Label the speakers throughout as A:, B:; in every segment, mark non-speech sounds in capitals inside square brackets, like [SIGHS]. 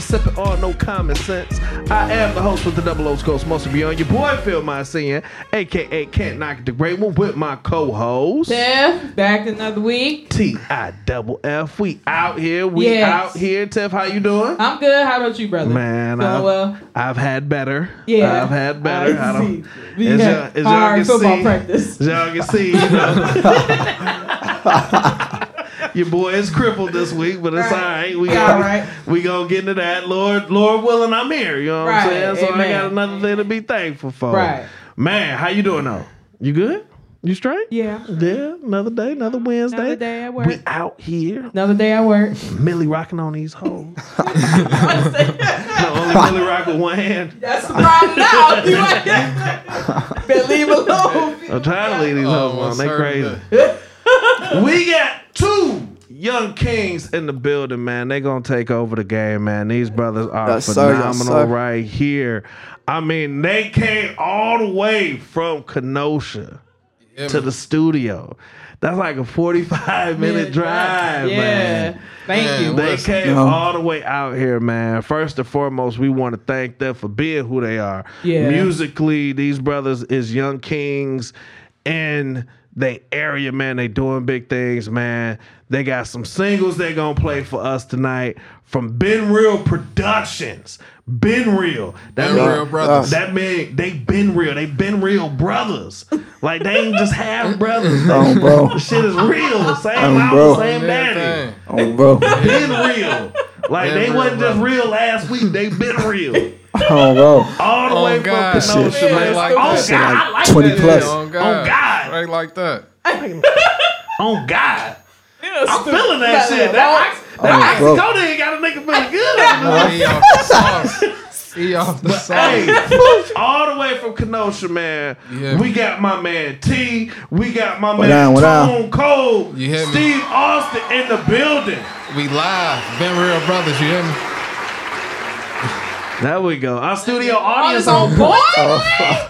A: sipping on no common sense. I am the host with the Double O's Coast Must Beyond. Your boy Phil Mycen, aka Can't Knock the Great One, with my co-host
B: Tiff, back another week.
A: T I Double F. We out here. We
B: Yes.
A: out here. Tiff, how you doing?
B: I'm good. How about you, brother? uh,
A: Man,
B: Feeling
A: I've,
B: well.
A: I've had better.
B: Yeah.
A: I've had better. I,
B: I
A: don't.
B: see. We
A: as
B: had
A: y'all- as y'all
B: hard
A: can
B: football
A: see-
B: practice.
A: As y'all can see, you know. [LAUGHS] Your boy is crippled this week, but it's
B: Right.
A: all right. We
B: We
A: gonna,
B: all right.
A: We gonna get into that. Lord, Lord willing, I'm here. You know what
B: Right.
A: I'm saying? So I
B: Amen.
A: got another thing to be thankful for.
B: Right.
A: Man, how you doing though? You good? You straight?
B: Yeah.
A: Yeah. Another day, another Wednesday.
B: Another day at work.
A: We out here.
B: Another day at
A: [LAUGHS]
B: work.
A: Millie rocking on these [LAUGHS] hoes. no, [LAUGHS] only Millie rock with one hand.
B: That's the problem now. You ain't- Been leave alone.
A: I'm trying to leave these hoes alone. They crazy. [LAUGHS] we got two young kings in the building, man. They gonna take over the game, man. These brothers are
C: Yes, sir. Yes,
A: phenomenal
C: sir.
A: right here. I mean, they came all the way from Kenosha
D: Yeah,
A: to
D: man.
A: the studio. That's like a 45 minute drive,
B: yeah.
A: man.
B: Thank
D: Man,
B: you.
D: what-
A: They
D: Listen.
A: came
C: No.
A: all the way out here, man. First and foremost, we want to thank them for being who they are.
B: Yeah.
A: Musically, these brothers is young kings in they area, man. They doing big things, man. They got some singles they gonna play for us tonight from Ben Real Productions. Ben Real. That
D: Ben Real Brothers.
A: That mean they been real. They been real brothers. Like they ain't just half brothers.
D: [LAUGHS]
B: [LAUGHS]
C: Oh, bro.
A: Shit is real. Same
C: Um,
A: mama,
C: bro.
A: same
D: Same
A: daddy
D: thing.
C: Oh, bro.
A: been [LAUGHS] real. Like
D: Been
A: they
D: real,
A: wasn't just
D: bro.
A: real last week. They been real
C: Oh, bro.
A: all the
D: Oh,
A: way
D: God.
A: from Kenosha,
D: Shit.
A: man.
D: Like
A: oh
D: that.
A: God,
D: Shit,
A: I like
C: 20
A: that.
C: plus.
D: on God.
A: On Oh, God.
D: Right like [LAUGHS] that.
A: On Oh,
D: [LAUGHS]
A: God,
B: Yeah,
A: I'm
B: stupid.
A: feeling that
B: Yeah,
A: shit. That ox-
C: Oh,
A: that
C: bro.
A: oxycodone ain't got a nigga feeling good.
D: [LAUGHS]
A: after that.
D: He off the sauce. He off the sauce.
A: Hey, all the way from Kenosha, man.
D: Yeah.
A: We got my man T. We got my
C: down,
A: man
C: what down?
A: Tone Cole.
D: You hear me?
A: Steve Austin in the building.
D: We live. Ben Real Brothers, you hear me?
A: There we go. Our studio
B: All
A: audience
B: this
A: on [LAUGHS]
B: on board.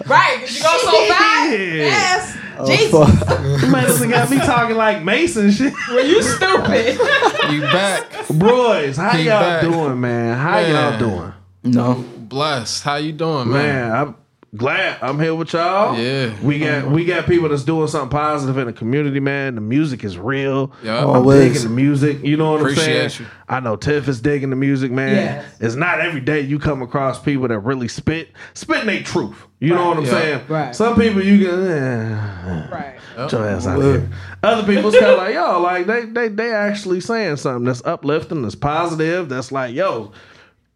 B: Right. 'cause You go so fast.
A: Oh, Shit.
B: Yes.
C: Oh,
B: Jesus.
C: fuck.
A: Man, this got me talking like Mason shit.
B: Were you stupid?
A: [LAUGHS]
D: You back.
A: Boys, how
D: He
A: y'all
D: back.
A: doing, man? How y'all
D: Man.
A: doing?
C: No.
D: Blessed. How you doing, man?
A: Man, I'm glad I'm here with y'all.
D: Yeah.
A: We got we got people that's doing something positive in the community, man. The music is real.
D: Yeah.
A: I'm
C: Always.
A: digging the music. You know what I'm
D: Appreciate
A: saying?
D: you.
A: I know Tiff is digging the music, man.
B: Yes.
A: It's not every day you come across people that really spit, spitting their truth. You know what I'm
D: Yeah.
A: saying?
B: Right.
A: Some people you can eh,
B: right.
A: get your ass out of here. Other people it's kinda like, yo, like they they they actually saying something that's uplifting, that's positive, that's like, yo,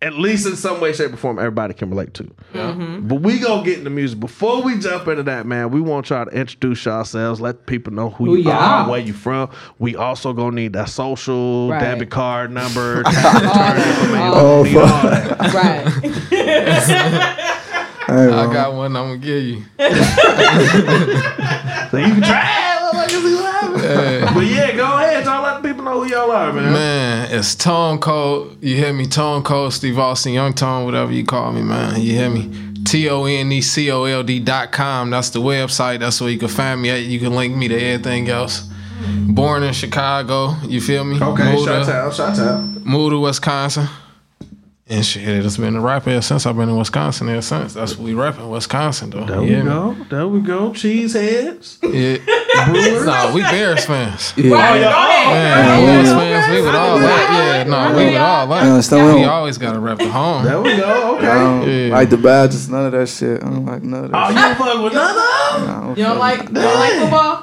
A: at least in some way, shape, or form, everybody can relate to. But we gonna get into music. Before we jump into that, man, we want y'all to introduce yourselves, let people know who,
B: Who
A: you
B: y'all?
A: are, where you from. We also gonna need that social
B: Right.
A: debit card number. tax return information.
C: Oh,
A: We need all
B: [LAUGHS]
C: fuck.
A: that. Oh,
B: Right.
C: Hey,
A: um,
D: I
C: bro.
D: got one I'm gonna give you.
A: So you can try. it, look like you see what happens.
D: Hey,
A: But yeah, go ahead. Y'all let people know who y'all are, man.
D: man, it's Tone Cold. You hear me? Tone Cold, Steve Austin, Young Tone, whatever you call me, man. You hear me? T O N E C O L D dot com. That's the website. That's where you can find me at. You can link me to everything else. Born in Chicago, you feel me?
A: Okay,
D: Moved
A: shout
D: up-
A: out, shout out.
D: moved to Wisconsin. And shit, it's been a rap ever since I've been in Wisconsin ever since. That's what we rap in Wisconsin though.
A: There we go. There we go. Cheeseheads.
D: Yeah. Brewers. Nah, we Bears fans. Yeah,
C: Yeah.
B: Right. Go ahead.
D: Bears fans. We would all that. Yeah, no, we would all
C: I
D: that.
C: understand.
D: We
C: We don't,
D: always gotta rap the home.
A: There we
C: [LAUGHS]
A: go. Okay.
C: I don't
D: Yeah.
C: like the badges, none of that shit. I don't like none of
A: Oh,
C: that
A: you don't fuck with none of [LAUGHS] them?
C: shit.
B: You don't like you don't like football?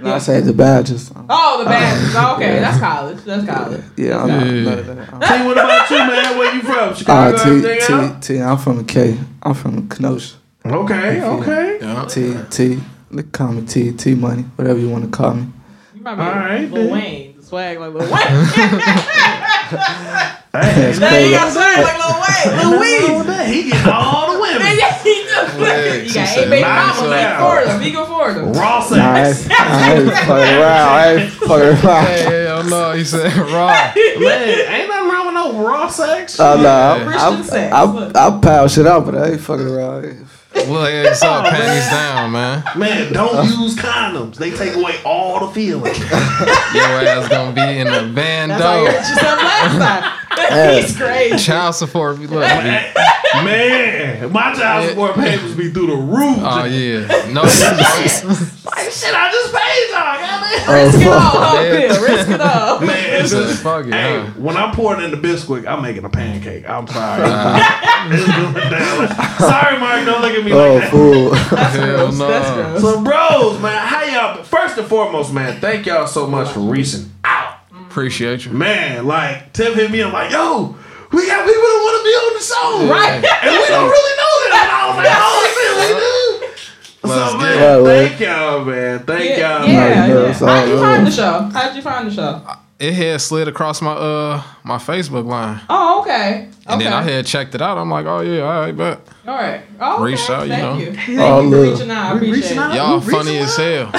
C: No, I say the badges.
B: Oh, the badges. okay, that's college. That's college.
C: Yeah, I'm not, none of that. I'm-
A: T, what about you, man? Where you from?
C: Ah,
A: Chicago,
C: T,
A: everything
C: T,
A: else?
C: T, I'm from the K. I'm from Kenosha.
A: Okay, okay.
D: Yeah.
C: T, T, they call me T, T money, whatever you want to call me.
B: You might be
A: All right,
B: Lil
A: then.
B: Wayne. The swag
D: [LAUGHS]
B: like Lil Wayne.
C: That's
B: now you
C: crazy.
B: got swag like Lil Wayne. Lil
D: [LAUGHS]
B: Wee.
A: He
C: [LAUGHS]
A: getting all the [LAUGHS] women.
B: Yeah, he just-
D: Swag,
B: You
D: she
B: got eight
D: said,
B: baby mamas
D: "Knock
A: yourself
B: like
A: out."
B: Florida. Vigo Florida. [LAUGHS]
A: Raw
C: Nah, I
A: sex.
C: ain't, I ain't fucking around. I ain't
D: Hey,
C: fucking around.
D: hell no, he said [LAUGHS] raw.
A: Man, ain't nothing wrong with no raw sex.
C: Oh, no, I'm,
B: Christian
C: I'm,
B: sex,
C: I'm,
B: look.
C: I'm power shit out, but I ain't fucking around.
D: Little eggs
B: Oh,
D: up, panties down, man.
A: Man,
C: uh,
A: don't use condoms. They take away
C: [LAUGHS]
A: all the feelings.
D: Your ass gonna be in a
B: That's how you hurt
D: bando.
B: yourself last time. [LAUGHS] He's crazy.
D: [LAUGHS] Child support. Look, man.
A: [LAUGHS] Man, my child support payments be through the roof.
D: oh
C: Uh,
D: yeah,
B: [LAUGHS]
D: no, man,
A: Like, shit, I just paid y'all. goddamn.
B: Risk it all,
C: Oh,
B: huh,
D: Yeah.
B: Bill? Risk
D: [LAUGHS]
B: it all.
A: Man, it's just-
D: fuck it.
A: Hey,
D: huh?
A: when I'm pouring in the biscuit, I'm making a pancake. I'm sorry. [LAUGHS] It's going down. sorry, Mark. Don't look at me like that.
C: Oh, fool.
D: Hell no.
B: That's gross.
A: So, bros, man, how y'all? First and foremost, man, thank y'all so much for reaching out.
D: Appreciate you.
A: Man, like Tim hit me up like, yo, we got people that want to be on the show,
B: Right.
A: And we don't really know that. And I was like, oh, shit, we do.
D: Let's
A: So,
D: get
A: man,
C: it.
A: thank y'all, man. Thank
B: Yeah,
A: y'all.
B: yeah.
D: uh,
C: Like, no,
B: yeah.
C: it's all
B: How'd you
C: over.
B: find the show? How'd you find the show?
D: It had slid across my uh my Facebook line,
B: Oh, okay. Okay.
D: and then I had checked it out. I'm like, oh yeah, all right, but
B: All right. Oh, okay.
D: Reached out, you know.
B: Thank [LAUGHS] you. Thank
C: Oh,
B: you for
C: look.
B: reaching out. I appreciate Uh, it.
D: y'all funny as hell. [LAUGHS]
B: [LAUGHS]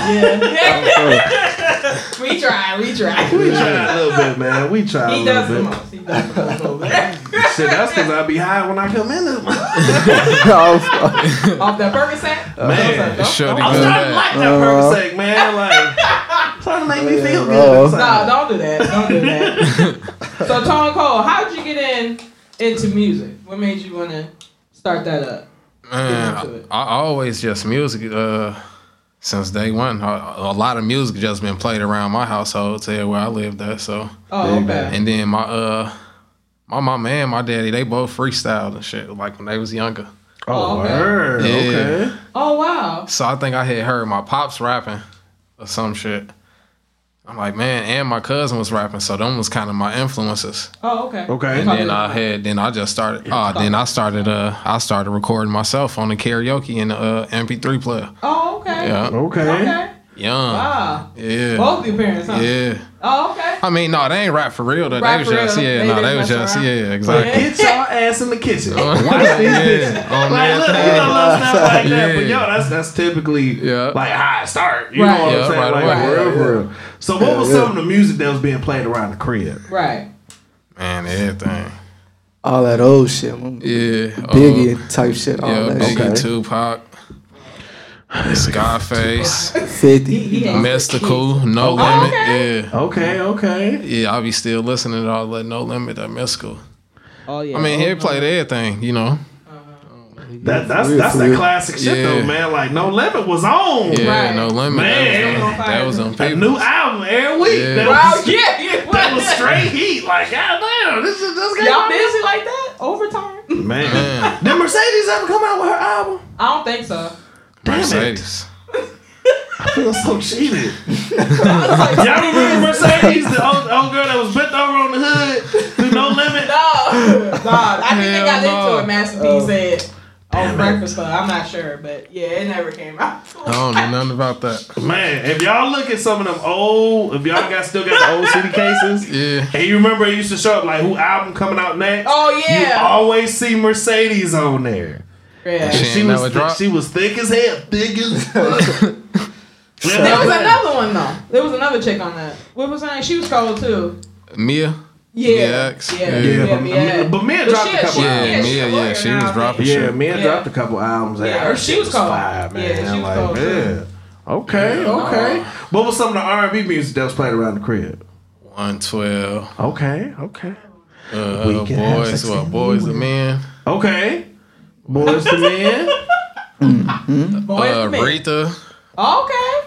B: We try. We
A: We
B: try.
A: tried a little bit, man. We tried
B: He
A: a little
B: does the
A: bit.
B: most. He does the most. a little bit.
A: Shit, that's because I be high when I come in this month. [LAUGHS]
C: [LAUGHS] Oh, fuck.
B: Off that Percocet?
A: Uh, Man,
B: Don't-
D: Shorty
B: don't-
A: I'm
D: good.
A: starting to like that
C: Uh-huh.
A: Percocet, man. Like, trying to make me feel
C: Uh-huh.
A: good. inside.
B: No, don't do that. Don't do that.
D: [LAUGHS]
B: so, Tone Cole, how did you get in into music? What made you want to start that up?
D: Man,
B: into it.
D: I, I always just music uh, since day one. A, a lot of music just been played around my household, to where I lived at. So,
B: Oh, okay.
D: and then my uh, my mama and my daddy, they both freestyled and shit like when they was younger.
A: Oh,
B: Oh, okay.
A: word.
D: Yeah.
A: Okay.
B: Oh, wow.
D: So I think I had heard my pops rapping or some shit. I'm like, man, and my cousin was rapping, so them was kind of my influences.
B: Oh, okay.
A: Okay.
D: And then I had, then I just started. Ah, then I started. Uh, I started recording myself on the karaoke and the uh, MP3 player.
B: Oh, okay.
D: Yeah,
A: Okay.
B: Okay.
D: young.
B: Wow.
D: Yeah.
B: Both your parents, huh?
D: Yeah.
B: Oh, okay.
D: I mean, no, they ain't rap for real. Though.
B: Rap
D: they was
B: for
D: just,
B: real.
D: yeah,
B: They
D: no,
B: just
D: they was
B: mess
D: just,
B: around.
D: yeah,
B: [LAUGHS]
D: exactly.
A: Get your ass in the
D: [LAUGHS]
A: kitchen.
D: yeah, on
A: Like,
D: that uh,
A: look, you
D: thing.
A: know, love stuff like that. But
D: Yeah.
A: yo, that's that's typically
D: Yeah.
A: like how it start. You
B: Right.
A: know what
D: Yeah,
A: I'm saying?
D: right,
A: like
D: right.
A: for real, for real. So, what was
C: yeah.
A: some of the music that was being played around the crib?
B: Right.
D: Man, everything.
C: all that old shit. man.
D: Yeah. uh,
C: Biggie type shit. All
D: Yeah,
C: that
D: Biggie,
C: shit.
D: Tupac, Scarface,
C: 50.
B: He ain't-
D: Mystical, No
B: Oh,
D: Limit.
B: okay.
D: Yeah.
A: Okay, okay.
D: Yeah, I be still listening to all that No Limit, that Mystical.
B: Oh, yeah.
D: I mean, he
B: oh,
D: played everything, you know.
A: That that's
C: real,
A: that's
C: for
A: that
C: real.
A: classic shit though,
D: Yeah.
A: man. Like no limit was on.
D: Yeah,
B: Right.
D: No Limit.
A: Man.
D: That was on,
A: A
D: that was on
A: new
D: people.
A: album every week.
D: Yeah.
A: That,
B: Wow,
A: was,
B: yeah. [LAUGHS] yeah.
A: that was straight heat. Like goddamn, this is this
B: Y'all
A: guy.
B: busy like that? [LAUGHS] Overtime?
A: Man,
D: Man,
A: did Mercedes ever come out with her album?
B: I don't think so.
A: Damn it.
D: Mercedes.
A: I feel so cheated. [LAUGHS] Y'all [LAUGHS] remember Mercedes, the old, old girl that was bent over on the hood through no limit?
B: No, no. I think they got
D: Hell no.
B: into it. Master P said on Breakfast Club. I'm not sure, but yeah, it never came out.
D: I don't know nothing about that.
A: Man, if y'all look at some of them old, if y'all got still got the old city cases,
D: Yeah.
A: and you remember it used to show up like who album coming out next?
B: Oh
A: You
B: yeah,
A: always see Mercedes on there.
B: yeah.
D: She
A: She
D: ain't
A: was,
D: never
A: thi-
D: dropped?
A: she was thick as hell, thick [LAUGHS] as fuck.
B: There was another one though. There was another chick on that. What was her name? She was cold too.
D: Mia.
B: Yeah,
D: X.
B: yeah,
D: Yeah,
B: yeah,
A: but- but Mia dropped
B: she
A: a couple
B: she-
A: albums.
D: Yeah, Mia,
B: a
D: yeah,
B: lawyer
D: she
B: now,
D: was
B: I think.
D: dropping shit.
A: Yeah, man
B: Yeah.
A: dropped a couple albums.
B: Yeah,
A: her
B: she
A: shit
B: was cold.
A: fire, man.
B: Yeah, she was
A: like,
B: cold, too.
A: man. Okay,
B: uh-huh.
A: okay. What was some of the R and B music that was played around the crib?
D: 112.
A: Okay, okay,
D: Uh,
A: can have
D: boys,
A: sex
D: well, boys and men.
A: okay. Boys to men.
B: Boy,
D: Uh,
B: man.
D: Aretha.
B: Okay.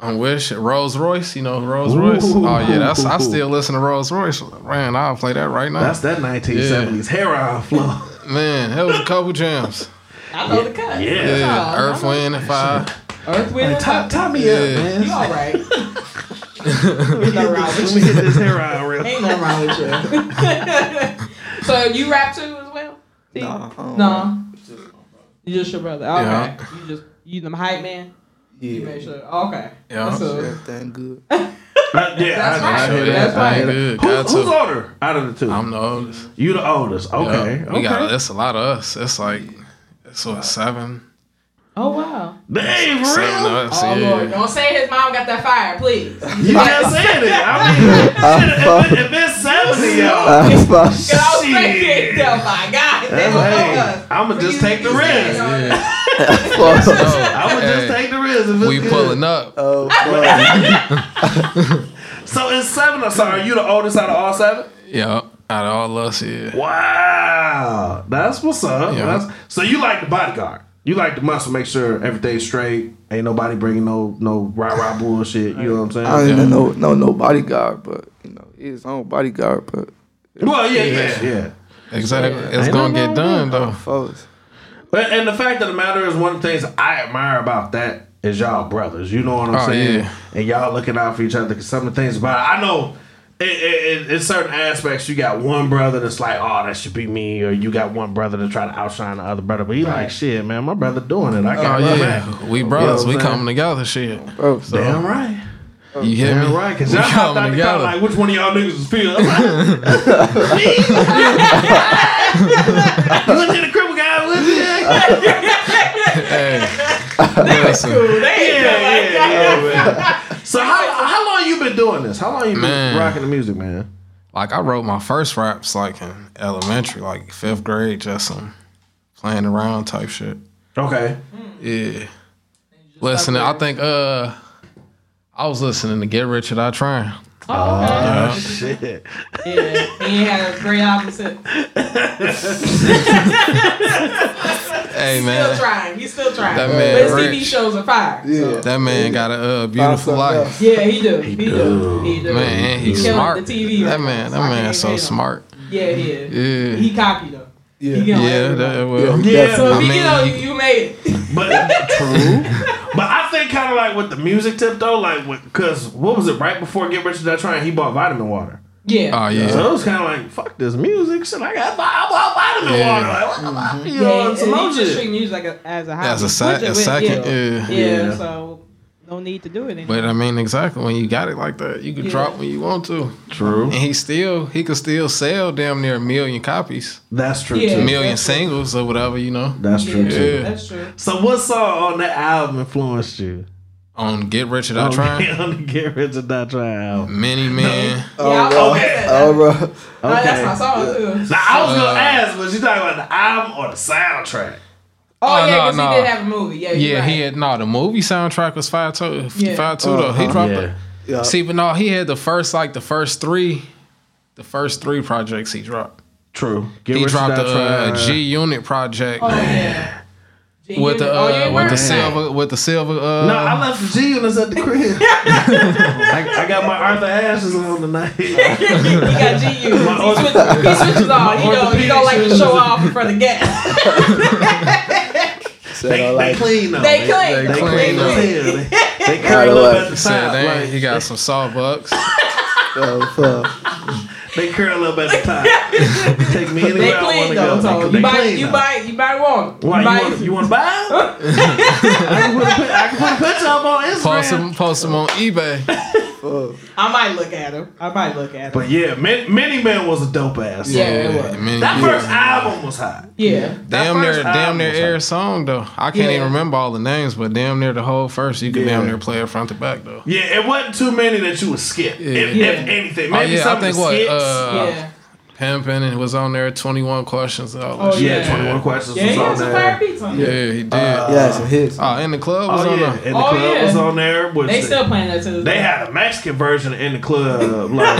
D: I wish Rolls Royce, you know Rolls Royce.
A: Ooh.
D: Oh yeah, that's I still listen to Rolls Royce. Man, I'll play that right
A: [LAUGHS]
D: now.
A: That's that 1970s hair on flow.
D: Man, that was a couple jams.
B: I know the cut.
A: Yeah.
D: Yeah,
B: Oh,
D: Earth,
B: no.
D: Wind and Fire.
B: Earth, wind, and
A: Top,
B: fire.
A: top me up,
D: Yeah.
B: You
A: man.
B: all right? Ain't nothing wrong
A: Let
B: with
A: me
B: you.
A: get this hair out real.
B: Ain't nothing wrong with you. [LAUGHS] so you rap too as well?
C: Nah, I don't rap.
B: No. You just your brother. Okay.
D: Yeah.
B: You just you the hype man. You
C: Yeah.
B: make sure. Okay.
D: Yeah.
B: That's cool.
C: Everything good. [LAUGHS]
A: Uh, yeah,
B: That's
A: I,
B: right.
A: I hear that.
B: That's
A: I hear
D: right.
A: that.
D: Good.
A: Who's-
D: Got
A: who's
D: to.
A: older out of the 2
D: I'm the oldest.
A: you the oldest. Okay,
D: Yeah, we
A: okay.
D: got it's a lot of us. It's like it's what seven,
B: Oh wow.
A: Damn, for
D: seven
A: real.
D: of us.
B: Oh
D: yeah.
B: Lord. Don't say his mom got that fire,
D: [LAUGHS]
B: please.
A: You just said it. I mean, shit, if, it, if it's seventy, y'all.
C: I
B: And I
C: fuck-
B: was thinking, oh my God, they don't know
A: Hey,
B: us.
A: I'ma just take the risk.
D: Yeah.
C: fuck.
A: I'ma just take the risk. If it's
D: we
A: good.
D: pulling up.
C: [LAUGHS] Oh, fuck.
A: So it's seven. I'm sorry. You the oldest out of all seven.
D: Yeah. Out of all us, yeah.
A: Wow, that's what's up.
D: Yeah.
A: That's, so you like the bodyguard. You like the muscle. Make sure everything's straight. Ain't nobody bringing no no rah rah bullshit. You know what I'm
C: I
A: saying?
C: don't even know no no bodyguard, but you know, his own bodyguard, but
A: Well, yeah, yeah, yeah.
D: Exactly. It's
A: Ain't
D: gonna
A: nothing
D: get done though.
C: folks.
A: But and the fact of the matter is, one of the things I admire about that is y'all brothers. You know what I'm
D: Oh,
A: saying?
D: yeah.
A: And y'all looking out for each other. Cause some of the things about it, I know. In, in, in certain aspects, you got one brother that's like, "Oh, that should be me," or you got one brother to try to outshine the other brother. But he like, "Shit, man, my brother doing it. I
D: Oh
A: got my back."
D: yeah, we brothers.
A: You know what
D: we
A: I'm
D: coming together. Shit.
C: Bro, so
A: Damn right.
D: You hear
A: Damn
D: me?
A: right, because
D: We
A: y'all hopped out
D: coming
A: the car
D: together.
A: like, which one of y'all niggas is Phil? I'm like,
D: [LAUGHS]
A: [LAUGHS] you went to the cripple guy with you? Yeah, [LAUGHS]
D: Hey,
B: They
D: listen,
B: ain't
A: yeah,
B: yeah,
A: yeah, Oh, man. So how, how long you been doing this? How long you been
D: Man.
A: rocking the music, man?
D: like I wrote my first raps like in elementary, like fifth grade, just some playing around type shit.
A: Okay.
D: Yeah. Listen, I think uh, I was listening to Get Rich or Die Trying.
B: Oh,
A: Oh, shit.
B: okay. yeah. He ain't had a great opposite.
D: Hey
B: Still
D: man,
B: trying. He's still trying.
D: That
B: but
D: man
B: his
D: rich.
B: TV shows are fire.
C: yeah.
D: that man got a uh, beautiful
C: something
D: life.
C: else.
B: Yeah, he do. He, do. He do.
D: Man, he's
B: killing
D: smart.
B: The TV
D: that
B: right
D: man,
B: now,
D: that
B: so I
D: man,
B: can't
D: so
B: hate him.
D: smart.
B: Yeah, he is.
D: Yeah,
B: He copied him.
C: Yeah.
B: He gonna
D: yeah,
B: let
D: that,
B: everybody.
D: well,
C: Yeah.
A: Yeah.
B: So if
D: I
B: he
D: mean-
B: know you, you made it. [LAUGHS]
A: But [LAUGHS] true. But I think kind of like with the music tip though, like because what was it right before Get Rich or Die Trying? He bought vitamin water.
B: Yeah.
D: Oh yeah.
A: So it was kind of like, fuck this music. Shit, I got I bought vitamin
D: Yeah.
A: water. Like, what the fuck? You know,
B: yeah,
A: it's some
B: and
A: other
B: he just
A: shit.
B: treat music like a, as a hobby.
D: As a se-
B: Which
D: a
B: it is,
D: second,
B: yeah.
D: yeah.
A: Yeah.
B: So no need to do it anymore.
D: But I mean, exactly when you got it like that, you can
B: Yeah.
D: drop when you want to,
A: True.
D: and he still he could still sell damn near a million copies,
A: That's true
B: Yeah.
D: a
A: too.
D: million
B: Exactly.
D: singles or whatever, you know.
A: That's
B: yeah,
A: true too.
D: Yeah.
B: that's true.
A: So what song on that album influenced you?
D: On Get Rich or
B: Oh,
D: Die
A: [LAUGHS]
D: Trying,
A: on the Get Rich or Die Trying album.
D: many men.
B: yeah,
C: Oh,
B: I
C: bro.
B: was
A: okay.
C: Oh, bro.
D: [LAUGHS]
B: Oh, that's
A: Okay.
B: my song too.
A: Now I was
D: Uh,
A: gonna ask, was you talking about the album or the soundtrack?
B: Oh,
D: Oh,
B: yeah,
D: no,
B: because
D: no.
B: he did have a movie. Yeah, you're
D: Yeah,
B: right.
D: he had no. The movie soundtrack was five two,
B: Yeah.
D: five two though. He
C: Uh-huh.
D: dropped
A: Yeah.
C: Yeah.
D: the see, but no, he had the first like the first three, the first three projects he dropped.
A: True. Get
D: He
A: Rich or
D: dropped
A: Die
D: the uh,
A: Trying.
D: G Unit project
B: Oh yeah. G
D: with the
B: Unit. oh, you
D: uh,
B: ain't
D: with the
B: worried?
D: silver with the silver. Uh,
A: No, I left the G units at the crib.
D: [LAUGHS]
A: [LAUGHS] I, I got my Arthur Ashes on tonight.
B: [LAUGHS] he got GU. He,
D: [LAUGHS]
B: switch, he switches on. He don't, he don't like to show off in front of guests.
A: [LAUGHS]
C: Said
A: they,
C: I
A: they
C: like
A: clean though.
B: [LAUGHS] They clean.
A: They
D: They
A: clean.
D: clean
A: though.
D: though.
A: Yeah,
B: [LAUGHS]
A: They, they
C: I
A: curl up
C: like-
A: at the
D: Said,
A: top.
D: "Dang,
A: like-
D: he got some
A: [LAUGHS]
D: soft bucks.
C: uh, fuck.
A: They curl up at the top. Take me anywhere
B: [LAUGHS] They
A: I want
B: clean
A: to go.
B: though. So
A: they
B: you buy,
A: clean
B: you
A: though.
B: buy, you buy one.
A: Why,
B: you buy,
A: you, want, you want to buy? 'em?
B: [LAUGHS]
A: I can put a pic- I can put a picture up on Instagram.
D: Post them, post them on eBay.
B: I might look at him. I might look at him.
A: But yeah, Min- Mini Man was a dope ass.
B: Yeah,
A: song.
B: it was.
D: man,
A: That
D: you-
A: first album was hot.
B: Yeah.
A: that
D: damn
A: first
D: near, damn
A: album
D: near
A: was
D: every
A: hot.
D: song though. I can't
B: Yeah.
D: even remember all the names, but damn near the whole first. You can
A: Yeah.
D: damn near play it front to back though.
A: Yeah, it wasn't too many that you would skip. If,
B: Yeah.
A: if anything, maybe
D: Oh, yeah, I
A: some of the
D: think what,
A: skits.
D: uh,
B: Yeah.
D: Pimpin' and was on there. Twenty one questions. and All
B: Oh,
D: that shit.
A: yeah,
B: yeah.
A: Twenty One Questions
B: Yeah, he
A: was
B: got
A: on
B: some
A: there.
B: fire beats on
D: yeah,
B: there.
D: he did.
A: Uh,
C: Yeah, some hits.
D: oh, in the club was
A: Oh
D: on
A: yeah,
D: there.
A: in the
B: Oh,
A: club
B: yeah.
A: was on there. Which
B: They still playing that to this
A: they
B: day.
A: had a Mexican version in the
D: [LAUGHS]
A: club. Like,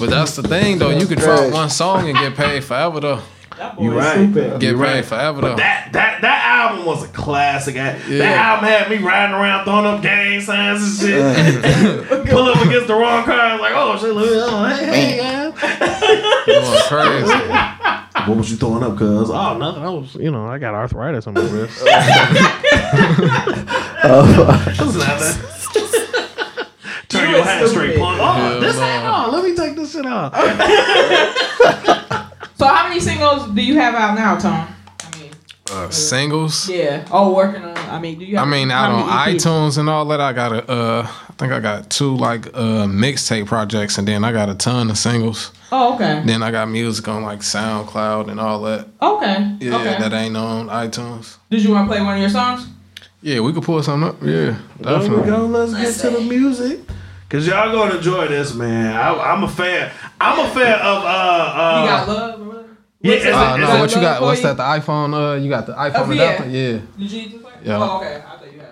D: But that's the thing though. You could
C: Right.
D: drop one song and get paid forever though.
B: That boy
A: you
B: is
A: right?
D: [LAUGHS]
B: stupid.
D: Get
A: You
D: paid
A: right.
D: forever though.
A: That that that album was a classic. I-
D: Yeah.
A: That album had me riding around throwing up gang signs and
D: Uh,
A: shit. [LAUGHS] Pull up against the wrong car, like oh shit, look, oh, hey, hey,
D: Going crazy.
A: guys. What was you throwing up? Cause oh nothing, I was you know I got arthritis on my wrist.
C: Oh,
A: It was [LAUGHS] nothing. Turn
B: You
A: your
B: is
A: hat straight,
B: stupid.
A: punk. Oh,
D: Yeah,
A: this
D: no.
A: hat. Oh, let me take this shit off.
B: So how many singles do you have out now, Tom? I mean,
D: Uh, singles.
B: yeah. Oh, working on. I mean, do you?
D: I
B: Have,
D: mean,
B: how
D: out on
B: many E EPs?
D: iTunes and all that, I got a, uh, I think I got two like uh, mixtape projects, and then I got a ton of singles.
B: Oh, okay.
D: Then I got music on like SoundCloud and all that.
B: Okay.
D: Yeah,
B: okay.
D: that ain't on iTunes.
B: Did you want to play one of your songs?
D: Yeah, we could pull something up. Yeah,
A: There we
D: definitely.
A: go. Let's get to the music. Cause y'all gonna enjoy this, man. I, I'm a fan. I'm a fan of uh uh.
B: you got love or whatever.
A: yeah,
B: What's
A: it's
B: that?
A: a-
D: Uh,
A: it's
D: no,
A: a-
D: what you got?
B: for
D: What's
B: you?
D: that? The iPhone? Uh, you got the iPhone
B: Oh, yeah.
D: adapter? Yeah.
B: Did you just play?
D: Yeah.
B: Oh, okay. I thought you had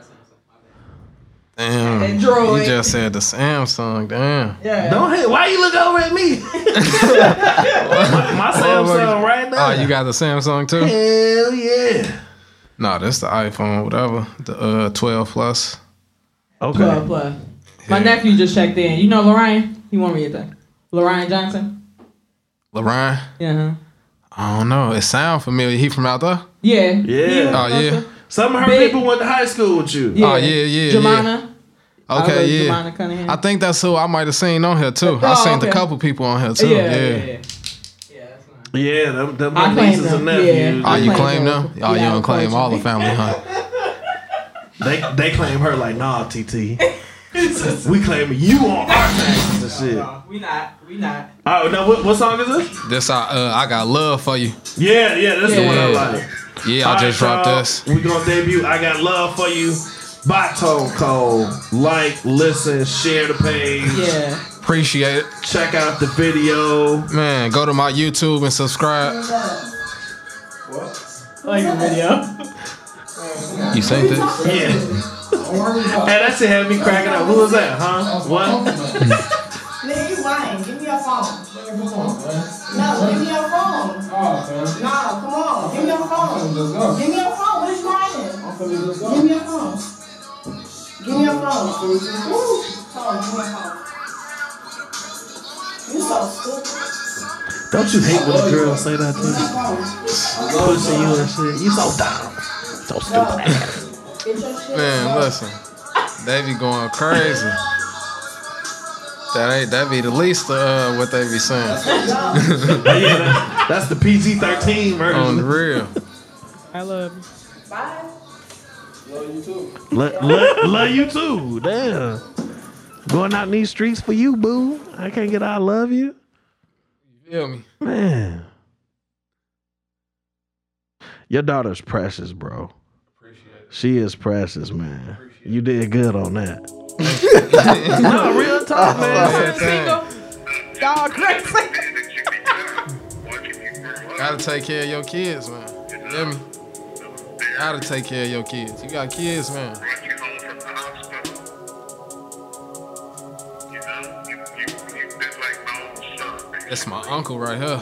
B: something.
E: Damn.
B: Android.
E: You just said the Samsung. Damn.
B: Yeah.
A: Don't hate. Why you look over at me? [LAUGHS] my, my Samsung right now.
E: Oh, you got the Samsung too?
A: Hell yeah.
E: No, that's the iPhone, whatever. The uh, 12 plus.
B: Plus, plus. My nephew just checked in. You know Lorian? He won me a thing. Lorian Johnson?
E: Lorraine?
B: Yeah. huh?
E: I don't know. It sound familiar. He from out there?
B: Yeah.
A: Yeah.
B: He was
A: Oh,
B: also-
E: yeah.
A: Some of her
B: Big.
A: people went to high school with you.
E: Oh, yeah, yeah,
B: Jemina.
E: Okay, yeah.
B: Jemina Cunningham.
E: I think that's who I might have seen on here too. I
B: Oh,
E: seen
B: okay.
E: a couple people on here too.
B: yeah,
E: Yeah.
B: yeah, yeah. Yeah, that's fine.
A: Yeah, them, them
B: I
A: her
B: claim
A: nieces
B: them,
A: and nephews.
B: yeah.
E: Oh, you
B: I claim
E: claim them?
B: them.
E: Oh, you
B: Yeah, I
E: don't
B: claim
E: claim all the
B: them.
E: family, huh?
A: They they claim her like, nah, [LAUGHS] TT. we claim you on our taxes and shit.
B: No, we not. We not.
A: Oh, now what, what song is this?
E: This I uh, I got love for you.
A: Yeah, yeah, that's the one I
E: Yeah.
A: like.
E: Yeah, I
A: All
E: just
A: right,
E: dropped
A: y'all.
E: this.
A: We gonna debut. I got love for you. By Tone Cold. Like, listen, share the page.
B: Yeah.
E: Appreciate it.
A: Check out the video.
E: Man, go to my YouTube and subscribe.
B: I [LAUGHS] like the video.
E: You seen this?
A: Yeah. hey, that shit had me cracking up. Who was that, huh? What?
F: Nigga, you lying. Give me your phone. No, give me your phone. Nah, come on. Give me your phone. Give me your phone. What is lying? Give me your phone. Give me your phone. Woo. Come on, give me your phone. You so stupid.
A: Don't you hate when a girl say that to
F: Give me
A: you?
F: your phone.
A: Pushing you and shit. You so dumb. So stupid.
F: Get your shit.
E: Man, listen. They be going crazy. That ain't that be the least of uh, what they be saying.
A: yeah, that- that's the PG 13
E: On the
A: version.
E: real.
B: I love you.
F: Bye.
A: Love lo- lo- you too. Damn. Going out in these streets for you, boo. I can't get I love you.
E: Feel me?
A: Man. Your daughter's precious, bro. She is precious, man. You did good on [LAUGHS] that. no, real talk, man.
E: Yeah, thanks.
B: Y'all crazy.
E: [LAUGHS] Gotta take care of your kids, man. You Feel me? Gotta take care of your kids. You got kids, man.
G: brought you home from the hospital. You know, you, you, you've been like my own son.
E: That's my uncle right here.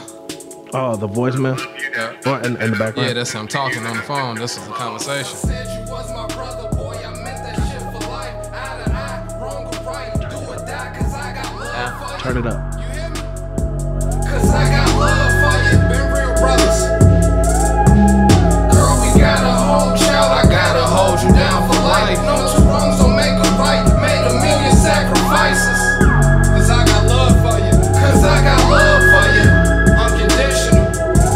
A: Oh, the voicemail.
G: You know,
A: Or in, in the
E: Yeah,
A: background.
E: that's him talking on the phone. This is a conversation.
D: Said you was my brother, boy. I meant that shit for life. Eye to eye, wrong or right. Do or die, cause I got love for
A: Turn
D: you.
A: it up.
D: You hear me? Cause I got love for you. Been real brothers. Girl, we got a whole child. I gotta hold you down for life. No two wrongs don't make a right. Made a million sacrifices. Cause I got love for you. Cause I got love for you. Unconditional.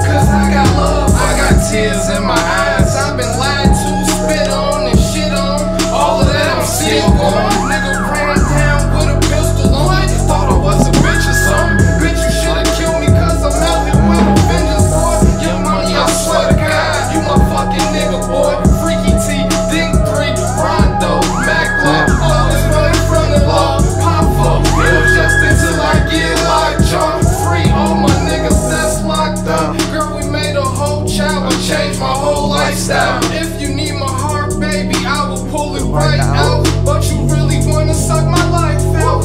D: Cause I got love. I got tears in my eyes. I've been lied to, spit on, and shit on. All of that I'm still going. Nigga ran down with a pistol on. Thought I was a bitch or something. Bitch, you should've killed me cause I'm out here with a vengeance, boy. Your money, I swear to God. You my fucking nigga, boy. Freaky T, Dick 3, Rondo, Mac Law. Always running from the law. Pop up, bill just until I get locked. Y'all free, Oh, all my niggas that's locked up. Girl, we made a whole child, I changed my whole lifestyle. If you need my heart, baby, I will pull it right out. But you really wanna suck my life out.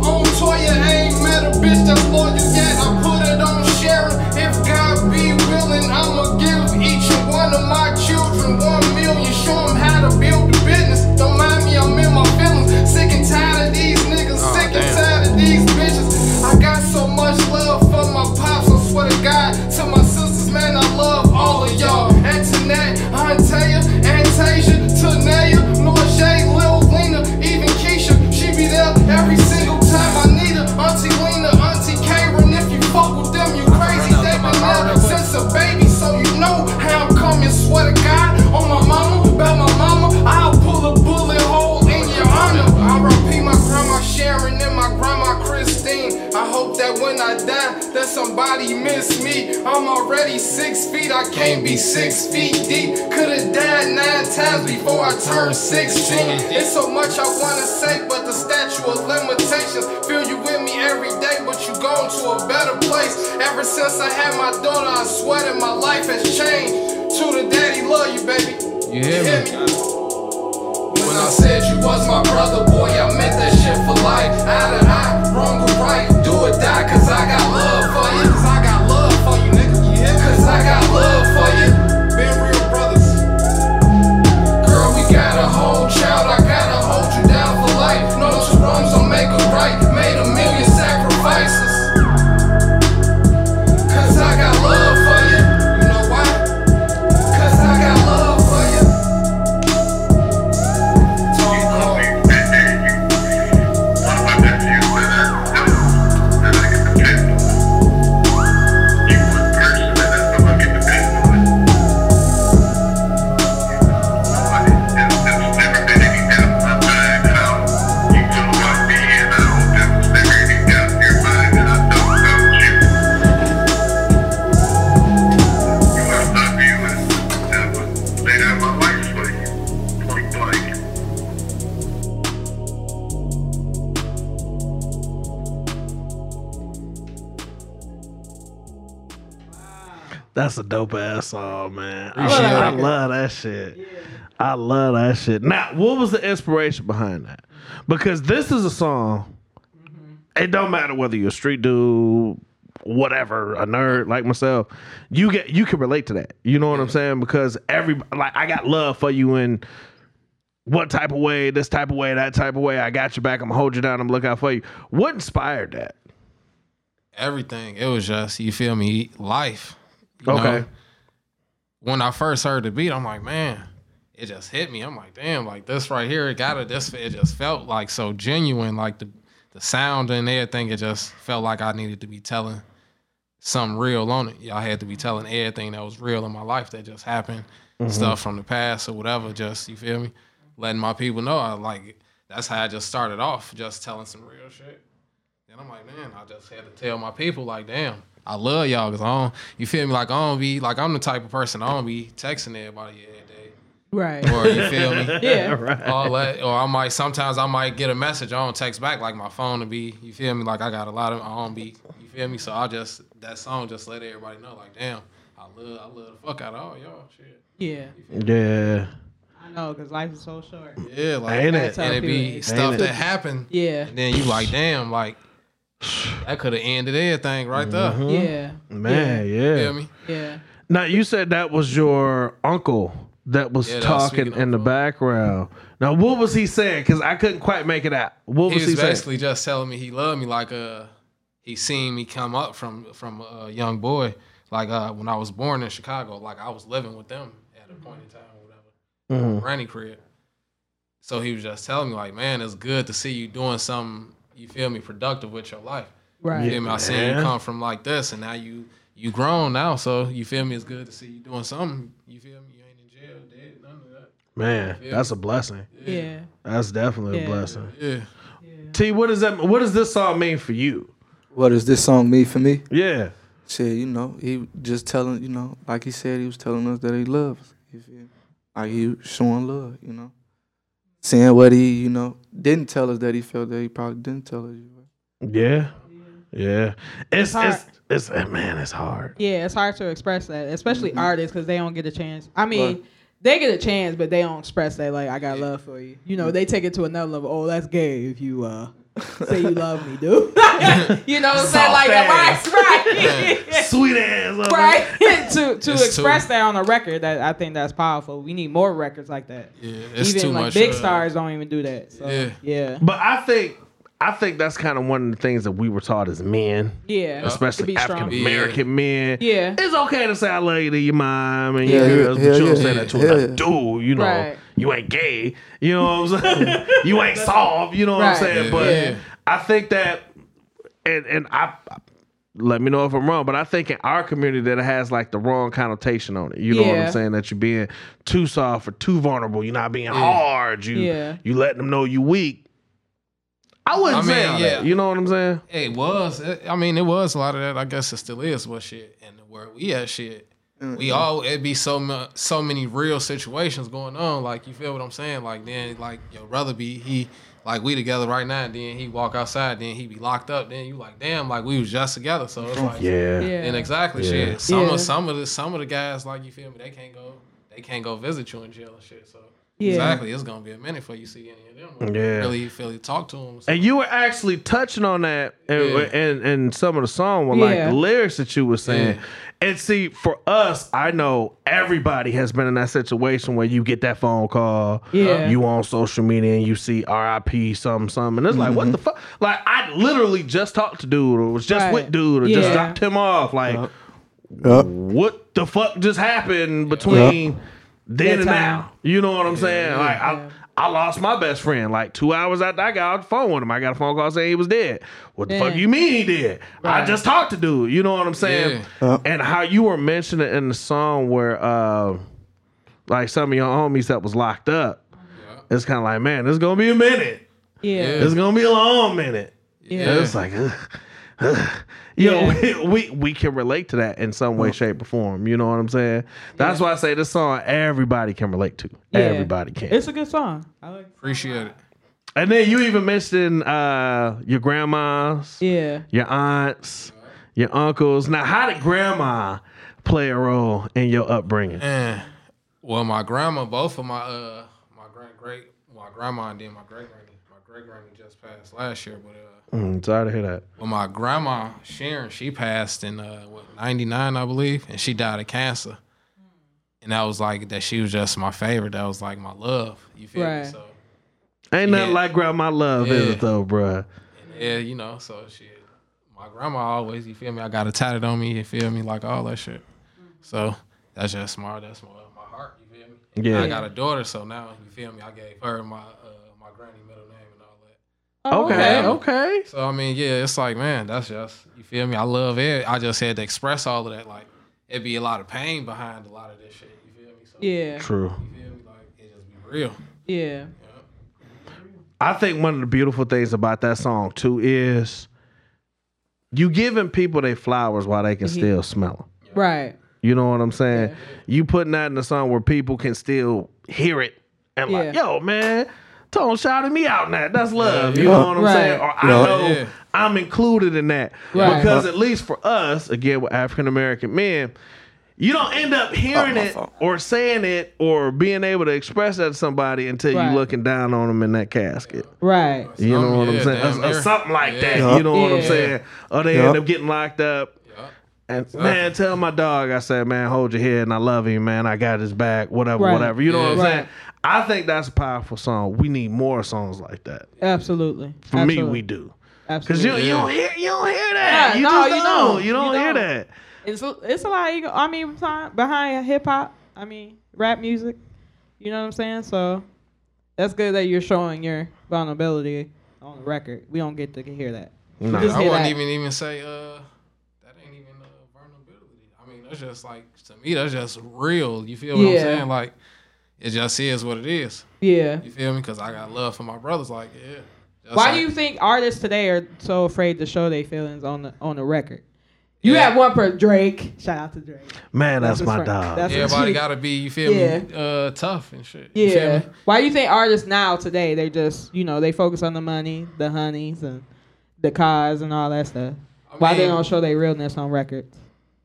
D: On Toya, ain't met a bitch that's loyal yet. I put it on Sharon. If God be willing, I'ma give each and one of my children one million. Show them how to build a business. Don't mind me, I'm in my feelings. Sick and tired of these niggas.
E: Aw,
D: sick and
E: damn.
D: tired tired of these bitches. I got so much love for my pops, I swear to God. To my sisters, man, I love all of y'all. Antoinette, Antea, Antasia, Tanea, Norjay, Lil Lena, even Keisha. She be there every single time I need her. Auntie Lena, Auntie Karen, if you fuck with them, you crazy. They been there since a baby, so you know how I'm coming. Swear to God, on my mama, about my mama, I'll pull a bullet hole in your honor. R.I.P. my grandma Sharon and my grandma Christine. I hope that when I die, that somebody miss me. I'm already six feet, I can't be six feet deep. Could've died nine times before I turned 16. It's so much I wanna say, but the statue of limitations fill you with me every day, but you gone to a better place. Ever since I had my daughter, I swear that my life has changed. To the daddy, love you, baby.
E: You hear me?
D: When I said you was my brother,
A: That's a dope ass song, man. I,
D: Appreciate
A: I
B: it.
A: love that shit. I love that shit. Now, what was the inspiration behind that? Because this is a song. It don't matter whether you're a street dude, whatever, a nerd like myself. You get you can relate to that. You know what I'm saying? Because every like I got love for you and what type of way, this type of way, that type of way. I got your back. I'm gonna hold you down. I'm gonna look out for you. What inspired that?
D: Everything. It was just, you feel me, life. you
A: Okay.
D: know? When I first heard the beat, I'm like, man, it just hit me. I'm like, damn, like this right here, it got it. This it just felt like so genuine, like the the sound and everything. It just felt like I needed to be telling something real on it. I had to be telling everything that was real in my life that just happened, stuff from the past or whatever. Just you feel me, letting my people know. I like that's how I just started off, just telling some real shit. And I'm like, man, I just had to tell my people, like, damn, I love y'all, cause I don't, you feel me? Like I don't be, like I'm the type of person I don't be texting everybody every
B: Right.
D: day, or you feel
B: [LAUGHS]
D: me?
A: [LAUGHS]
B: Yeah.
D: All that, or I might sometimes I might get a message, I don't text back, like my phone to be, you feel me? Like I got a lot of, I don't be, you feel me? So I just that song just let everybody know, like, damn, I love, I love the fuck out of all y'all, shit.
B: Yeah.
A: Yeah.
B: I know, because life is so short.
D: Yeah, like
A: Ain't
B: it?
D: and it
B: Ain't
D: be
B: it?
D: stuff that happened.
B: Yeah.
D: And then you like, damn, like that could have ended everything right there.
B: Mm-hmm. Yeah.
A: Mm-hmm. Man, yeah.
D: You feel me?
B: Yeah.
A: Now Uh, you said that was your uncle that was
D: Yeah, that was
A: talking
D: speaking
A: in the
D: uncle.
A: background. Now what was he saying? Because I couldn't quite make it out. What was
D: he
A: he,
D: was
A: saying?
D: basically just telling me he loved me like uh he seen me come up from from a young boy like uh when I was born in Chicago like I was living with them at a point in time or whatever
A: Mm-hmm.
D: granny crib so he was just telling me like man it's good to see you doing something you feel me productive with your life you
B: Right.
D: feel me I seen you
A: Yeah.
D: come from like this and now you you grown now so you feel me it's good to see you doing something you feel me you ain't in jail dead none of that
A: Man, that's a blessing.
B: Yeah.
A: That's definitely
B: Yeah.
A: a blessing.
D: yeah
A: T, what does that? What does this song mean for you?
C: What does this song mean for me?
A: Yeah.
C: Shit, you know, he just telling, you know, like he said, he was telling us that he loves. You feel me? Like he was showing love, you know, saying what he, you know, didn't tell us that he felt that he probably didn't tell us.
A: Yeah. Yeah. It's
B: hard.
A: it's it's, eh, man, it's hard.
B: Yeah, it's hard to express that,
A: Mm-hmm.
B: especially artists, because they don't get a chance. I mean, they get a chance, but they don't express that. Like, I got love for you. You know, they take it to another level. Oh, that's gay if you uh [LAUGHS] say you love me,
A: [LAUGHS]
B: dude. [LAUGHS] you know, what I'm
A: Soft
B: saying? like,
A: ass.
B: right, right,
A: Sweet ass.
D: [LAUGHS]
A: up.
B: right. [LAUGHS] to to
D: It's
B: express
D: too-
B: that on a record, that I think that's powerful. We need more records like that.
D: yeah it's
B: even
D: too
B: like
D: much
B: big
D: uh,
B: stars don't even do that. So,
D: Yeah.
B: yeah, yeah,
A: But I think I think that's kind of one of the things that we were taught as men.
B: yeah. To
A: especially
B: be strong.
A: African American men.
B: Yeah.
A: it's okay to say I love you to your mom and your
C: Yeah,
A: girls, but
C: hell
A: you don't
C: yeah.
A: say that to
C: Hell
A: another
C: yeah.
A: dude. You know,
B: Right.
A: you ain't gay. You know what I'm
B: [LAUGHS]
A: saying? [LAUGHS] you ain't soft. You know what I'm
B: Right.
A: saying?
D: Yeah.
A: but
D: Yeah.
A: I think that, and and I. Let me know if I'm wrong, but I think in our community that it has like the wrong connotation on it. You know what
B: Yeah.
A: I'm saying? That you're being too soft or too vulnerable. You're not being hard. You
B: Yeah.
A: you letting them know you weak. I wouldn't
D: I
A: say
D: mean,
A: all
D: yeah.
A: that. You know what I'm saying?
D: It was. It- I mean, it was a lot of that. I guess it still is. What shit and where we at shit.
B: Mm-hmm.
D: We all it be so much, so many real situations going on. Like you feel what I'm saying? Like then like your brother be he like we together right now. And then he walk outside. Then he be locked up. Then you like damn like we was just together. So it's like
A: Yeah.
B: Yeah.
D: And exactly shit. Some
B: Yeah.
D: of some of the some of the guys like you feel me? They can't go. They can't go visit you in jail and shit. So.
B: Yeah.
D: Exactly, it's gonna be a minute before you see any of them.
A: Yeah.
D: really, really talk to them.
A: And you were actually touching on that and
D: Yeah.
A: and, and some of the song were like
B: Yeah.
A: the lyrics that you were saying.
D: Yeah.
A: And see, for us, I know everybody has been in that situation where you get that phone call,
B: Yeah.
A: you on social media and you see RIP some some and it's like
B: Mm-hmm.
A: what the fuck? Like I literally just talked to dude or was just
B: Right.
A: with dude or just
B: Yeah.
A: dropped him off. Like
C: Yup.
A: what the fuck just happened between then and
B: That time.
A: now? You know what I'm saying? Like
B: Yeah.
A: I, I lost my best friend like two hours after I got off the phone with him. I got a phone call saying he was dead. What the fuck
B: Yeah.
A: you mean he did? I
B: Right.
A: just talked to dude. You know what I'm saying?
C: Yeah. Yep.
A: And how you were mentioning in the song where uh, like some of your homies that was locked up. It's kind of like, man, this gonna be a minute.
B: yeah,
A: It's gonna be a long minute.
B: yeah,
A: It's like, ugh, ugh. you
B: Yeah. Oh.
A: know, [LAUGHS] we, we we can relate to that in some way, shape, or form. You know what I'm saying? That's why I say this song everybody can relate to.
B: Yeah.
A: Everybody can.
B: It's a good song. I like.
D: Appreciate it.
A: and then you even mentioned uh, your grandmas,
B: Yeah.
A: your aunts, your uncles. Now, how did grandma play a role in your upbringing?
D: And well, my grandma, both of my uh, my great great, my grandma and then my great granny, my great granny just passed last year. But uh,
A: Mm, sorry to hear that.
D: well, my grandma Sharon, she passed in uh, what ninety nine, I believe, and she died of cancer. And that was like that. She was just my favorite. That was like my love. You feel
B: Right.
D: me? So
A: Ain't nothing
D: Yeah.
A: like grandma love, is
D: Yeah.
A: it though, bruh?
D: yeah, you know. So shit, my grandma always. You feel me? I got it tatted on me. You feel me? Like all that shit. So that's just smart. That's my my heart. You feel me?
A: Yeah.
D: I got a daughter, so now you feel me. I gave her my uh, my granny middle name and all that.
A: Okay,
D: okay.
A: okay.
D: So I mean, yeah, it's like man, that's just you feel me. I love it. I just had to express all of that. Like it'd be a lot of pain behind a lot of this shit. You feel me? So
B: Yeah.
A: True.
D: You feel me? Like it just be real.
B: Yeah.
A: I think one of the beautiful things about that song too is you giving people their flowers while they can still smell them.
B: Right.
A: You know what I'm saying? You putting that in a song where people can still hear it and like,
B: Yeah.
A: yo, man, Tone shouted me out in that. That's love. You know what I'm
B: Right.
A: saying? Or I
C: Yeah.
A: know
D: Yeah.
A: I'm included in that.
B: Right.
A: Because at least for us, again, with African American men, you don't end up hearing
C: my
A: it
C: fault.
A: or saying it or being able to express that to somebody until
B: Right.
A: you looking down on them in that casket.
B: Right.
A: You know
D: Some-
A: what
D: yeah,
A: I'm saying?
D: damn
A: Or- Or,
D: near.
A: something like that.
D: Yeah.
A: You know what I'm
B: Yeah.
A: saying? Or they
C: Yeah.
A: end up getting locked up. And man, tell my dog, I said, man, hold your head and I love you, man. I got his back, whatever,
B: Right.
A: whatever. You know what I'm
B: Yeah.
A: saying? I think that's a powerful song. We need more songs like that.
B: Absolutely.
A: For
B: Absolutely.
A: me, we do. Because
B: Absolutely.
A: you, you don't hear you don't hear that.
B: Yeah,
A: you
B: no,
A: just
B: you
A: don't.
B: don't.
A: You don't
B: You
A: hear
B: don't.
A: that.
B: It's a, it's a lot. You go, I mean, behind- behind hip hop, I mean, rap music. You know what I'm saying? So that's good that you're showing your vulnerability on the record. We don't get to hear that.
A: No.
B: Just
D: I
B: hear
D: wouldn't
B: that.
D: even even say uh that ain't even uh, vulnerability. I mean, that's just like to me, that's just real. You feel what I'm
B: Yeah.
D: saying? Like it just is what it is.
B: Yeah.
D: You feel me? Because I got love for my brothers. Like yeah. Just
B: Why
D: like-
B: do you think artists today are so afraid to show their feelings on the on the record? You
D: Yeah.
B: have one per Drake. Shout out to Drake.
A: Man, that's,
B: That's
A: my
B: right.
A: dog.
B: That's- [LAUGHS]
D: Everybody gotta be, you feel me,
B: Yeah.
D: uh, tough and shit. You feel
B: Yeah.
D: me?
B: Why do you think artists now today they just you know they focus on the money, the honeys, and the cars and all that stuff?
D: I
B: Why they
D: mean-
B: don't show their realness on records?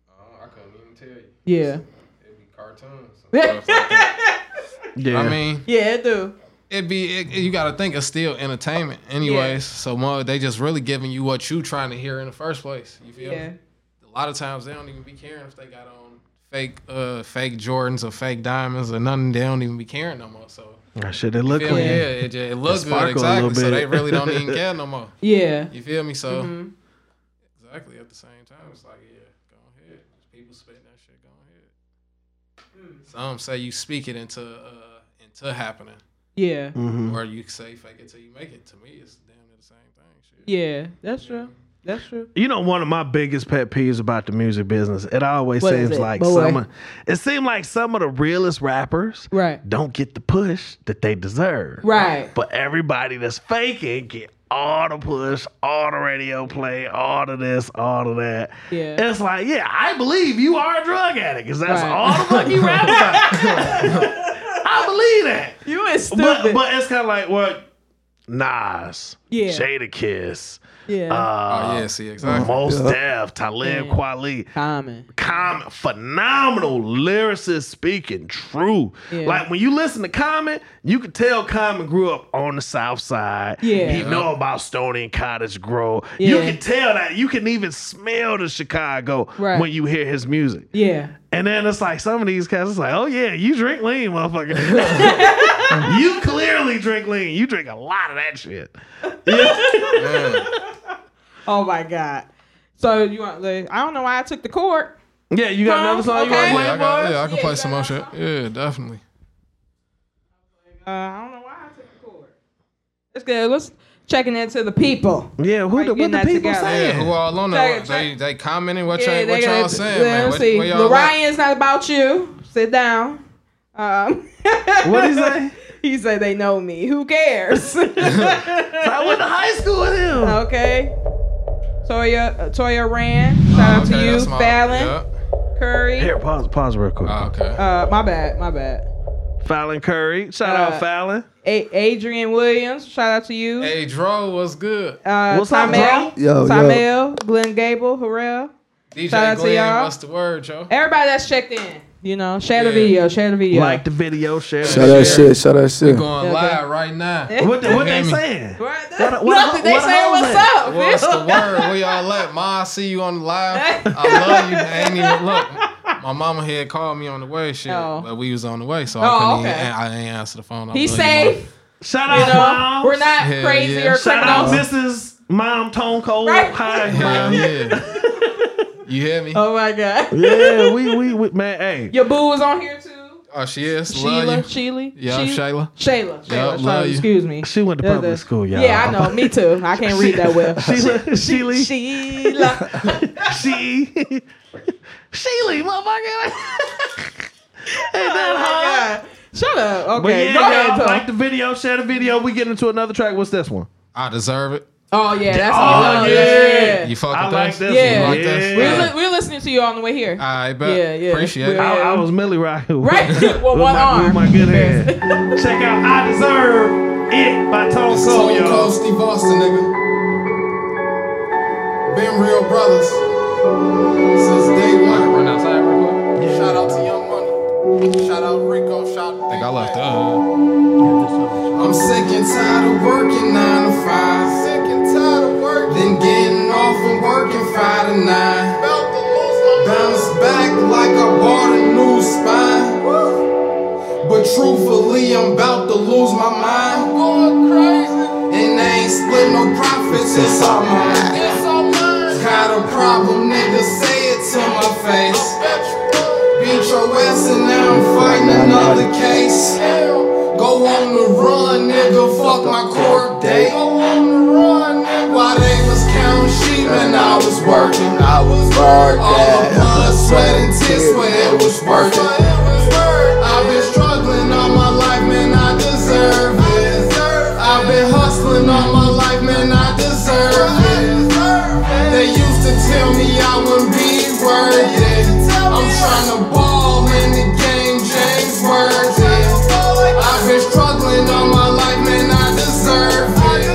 D: Uh, I couldn't even tell you.
B: Yeah.
D: It'd be cartoons.
B: Yeah.
A: yeah.
D: I mean,
B: [LAUGHS] Yeah, it do.
D: it be it, you got to think it's still entertainment, anyways.
B: Yeah.
D: So more they just really giving you what you trying to hear in the first place. You feel
B: Yeah.
D: me? a lot of times they don't even be caring if they got on fake uh fake Jordans or fake diamonds or nothing. They don't even be caring no more. So
A: that shit, it look
D: feel me?
A: like
D: Yeah, it, ju- it looks
A: sparkle
D: good
A: a
D: exactly.
A: little
D: So they
A: bit. Mm-hmm.
D: really don't even
A: [LAUGHS]
D: care no more.
B: Yeah. Mm-hmm.
D: You feel me? So exactly at the same time, it's like yeah, go ahead. People spitting that shit. Go ahead. Some say you speak it into uh into happening,
B: Yeah.
A: Mm-hmm.
D: or you say fake it till you make it. To me, it's damn near the same thing. Shit.
B: Yeah. That's true. That's true.
A: You know, one of my biggest pet peeves about the music business, it always
B: What is
A: seems
B: it,
A: like
B: boy?
A: some. of- It seemed like some of the realest rappers
B: Right.
A: don't get the push that they deserve.
B: Right.
A: But everybody that's faking get all the push, all the radio play, all of this, all of that.
B: Yeah.
A: It's like, yeah, I believe you are a drug addict, because that's
B: Right.
A: all the fuck you rap
B: [LAUGHS]
A: about. I believe that.
B: You is
A: But uh, but it's kind of like what Nas,
B: Yeah.
A: Jada Kiss,
B: yeah.
A: uh,
D: Oh yeah, see
A: [LAUGHS]
D: exactly.
A: Most
C: [LAUGHS]
A: Def, Talib
B: Yeah.
A: Kweli,
B: Common.
A: Common, phenomenal lyricist speaking true.
B: Yeah.
A: Like when you listen to Common, you could tell Common grew up on the South Side.
B: Yeah.
A: He know about Stony and Cottage Grove. You
B: Yeah.
A: can tell that. You can even smell the Chicago
B: Right.
A: when you hear his music.
B: Yeah.
A: And then it's like some of these cats, it's like, oh yeah, you drink lean,
B: [LAUGHS]
A: motherfucker. you clearly drink lean. You drink a lot of that shit.
B: Oh my God. So you want? Like, I don't know why I took the court.
A: Yeah, you got
B: Huh?
A: another song you
B: Okay.
A: want
D: Yeah,
A: to play,
D: I, got,
A: boy?
D: yeah, I can play some more shit. Yeah, definitely.
B: Uh, I don't know why I took the court. That's good. Let's checking into the people.
A: Yeah, who
B: Right,
A: the, what
B: getting
A: the
B: that
A: people
B: together.
D: Yeah,
A: saying?
D: who all on there?
B: Check it,
D: They
B: check
D: they commenting what,
B: Yeah,
D: y'all what y'all saying, man?
B: Let's
D: What,
B: see.
D: where y'all at?
B: Lorion's not about you. Sit down. Um, [LAUGHS]
A: What he say?
B: he said they know me.
A: [LAUGHS]
B: Who cares? [LAUGHS]
A: I went to high school with him.
B: Okay. Toya uh, Toya Rand, shout out
D: Oh, Okay,
B: to you.
D: that's my-
B: Fallon
D: yeah.
B: Curry.
A: Here, pause, pause real quick.
D: Oh, okay.
B: Uh, my bad, my bad.
A: Fallon Curry, shout
B: uh,
A: out Fallon.
B: A- Adrian Williams, shout out to you.
D: Hey, Dro, what's good?
B: uh,
A: What's up,
B: Tamel,
C: Yo, yo.
B: Tamel, Glenn Gable, Harrell.
D: DJ
B: Shout out to
D: Glenn,
B: y'all.
D: what's the word, yo?
B: Everybody that's checked in, you know, share the
D: Yeah.
B: video, share the video.
A: Like the video, share.
C: Shout
A: Shut
C: out shit. Shout out shit.
D: Going
B: Okay.
D: live
B: [LAUGHS]
D: right now.
A: What, the, what they
D: Damn it.
A: saying?
B: Right there.
A: What- what-
B: Nothing. They
A: what
B: saying
A: hole
B: what's
A: at?
B: up.
D: What's
B: bitch?
D: the word? Where y'all at? Ma, I see you on the live. I love you. I ain't
B: [LAUGHS]
D: even look. My mama had called me on the way, shit.
B: Oh.
D: But we was on the way, so
B: Oh,
D: I couldn't
B: okay.
D: even, I didn't answer the phone. I
B: He's
D: love you, Ma.
B: safe.
A: Shout
B: You
A: out,
B: know,
A: mom.
B: we're not
D: Hell
B: crazy
D: yeah.
B: or
A: Shout out,
B: criminals.
A: Mrs. Mom Tone Cold.
B: Right. [LAUGHS]
A: Hi,
D: Hell
A: mom.
D: yeah. You hear me?
B: Oh my god.
A: Yeah, we,
D: [LAUGHS]
A: we, we, man, hey.
B: Your boo was on here too.
D: Oh, she is.
B: Sheila,
D: Love you.
B: Sheila,
D: Yeah,
B: Sheila,
D: Shayla.
B: Shayla, Shayla,
D: love
B: Shayla,
D: you.
B: excuse me.
A: She went to
B: Yeah,
A: public
B: the-
A: school, y'all.
B: Yeah, I know. Me too. I can't read that well.
A: [LAUGHS] Sheila, Sheely, she, [LAUGHS]
B: Sheila.
A: Sheely, motherfucker. Ain't that hard?
B: Oh God. Shut up.
A: But
B: Okay.
A: yeah,
B: Go ahead.
A: y'all,
B: Tom.
A: like the video, share the video. We get into another track. What's this one?
D: I deserve it.
B: oh yeah, that's
A: Oh,
B: all. Yeah.
D: You fuck with
A: I like
D: that?
A: this
B: Yeah.
A: one.
D: Like this?
B: We
A: Yeah.
B: We're, li- we're listening to you on the way here.
D: I bet.
B: Yeah, yeah.
D: Appreciate it.
B: We're-
A: I, I was Millie rocking. [LAUGHS] with-
B: Right. [LAUGHS] With one
A: my,
B: arm.
A: With my good hand.
B: [LAUGHS]
A: Check out I Deserve It by Tone Cole,
F: Tony Cole,
A: y'all.
F: Steve Austin, nigga. Been real brothers since day one.
D: Run outside real quick.
F: Shout out to Young Money. Shout out Rico. Shout out.
D: I think I left Uh-huh. that.
F: I'm sick and tired of working nine to five. Sick and tired of working. Then getting off and working five to nine. Bounce back like I bought a new spine. But truthfully, I'm about to lose my mind. Going crazy. And I ain't split no profits. It's all mine. It's all mine. Got a problem, nigga. Say it to my face. Beat your ass and now I'm fighting another case. Go on the run, nigga. Fuck my court date. Go on the run, nigga. While they was counting sheep and I was working, I was working. All the blood, sweat, and tears, swear it was worth it. I've been struggling all my life, man. I deserve it. I've been hustling all my life, man. I deserve it. They used to tell me I wouldn't be worth it. I'm trying to ball in the game, James worth it. I've been struggling all my life, man. I deserve it.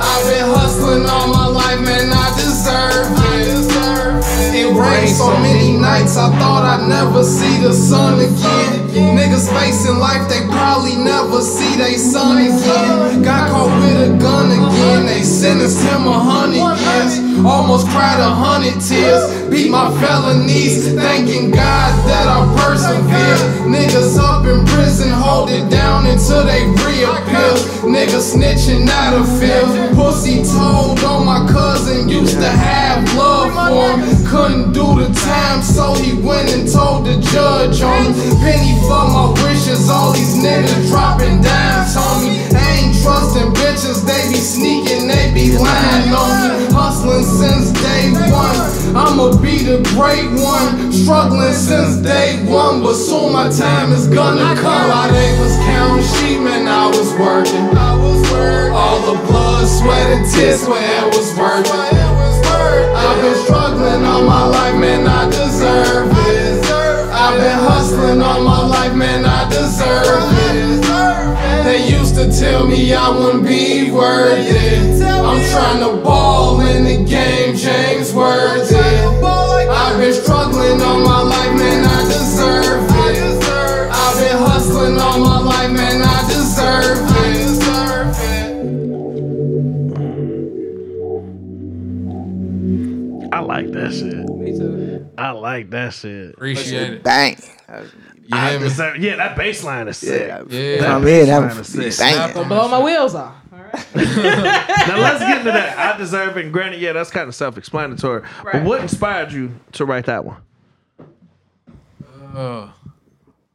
F: I've been hustling all my life, man. I deserve it. It rained so many nights, I thought I'd never see the sun again. Niggas facing life, they probably never see they son again. Got caught with a gun again, they sentenced him a hundred years. Almost cried a hundred tears. Beat my felonies, thanking God that I persevered. Niggas up in prison, hold it down until they reappear. Niggas snitching out of fear. Pussy told on my cousin, used to have love for him. Couldn't do the time, so he went and told the judge on me. Penny for my wishes, all these niggas dropping dimes on me. I ain't trusting bitches, they be sneaking, they be lying on me. Hustling since day one, I'ma be the great one. Struggling since day one, but soon my time is gonna come. While they was counting sheep, man, I was working. I was working. All the blood, sweat, and tears, swear it was worth it. I've been struggling all my life, man, I deserve it. I've been hustling all my life, man, I deserve it. They used to tell me I wouldn't be worth it. I'm trying to ball in the game, James worth it. I've been struggling all my life, man, I deserve it. I've been hustling all my life, man, I deserve it.
A: I like that shit.
B: Me too.
A: I like that shit.
D: Appreciate it.
C: Bang.
D: You hear me?
A: Deserve- yeah, that bass line is sick.
C: Yeah.
D: Yeah.
C: Come in.
A: Trying
C: I'm
A: to sit.
C: bang.
B: Don't blow my wheels off. All right.
A: now let's get into that. I deserve it. And granted, yeah, that's kind of self-explanatory. But
B: Right.
A: what inspired you to write that one?
D: Uh,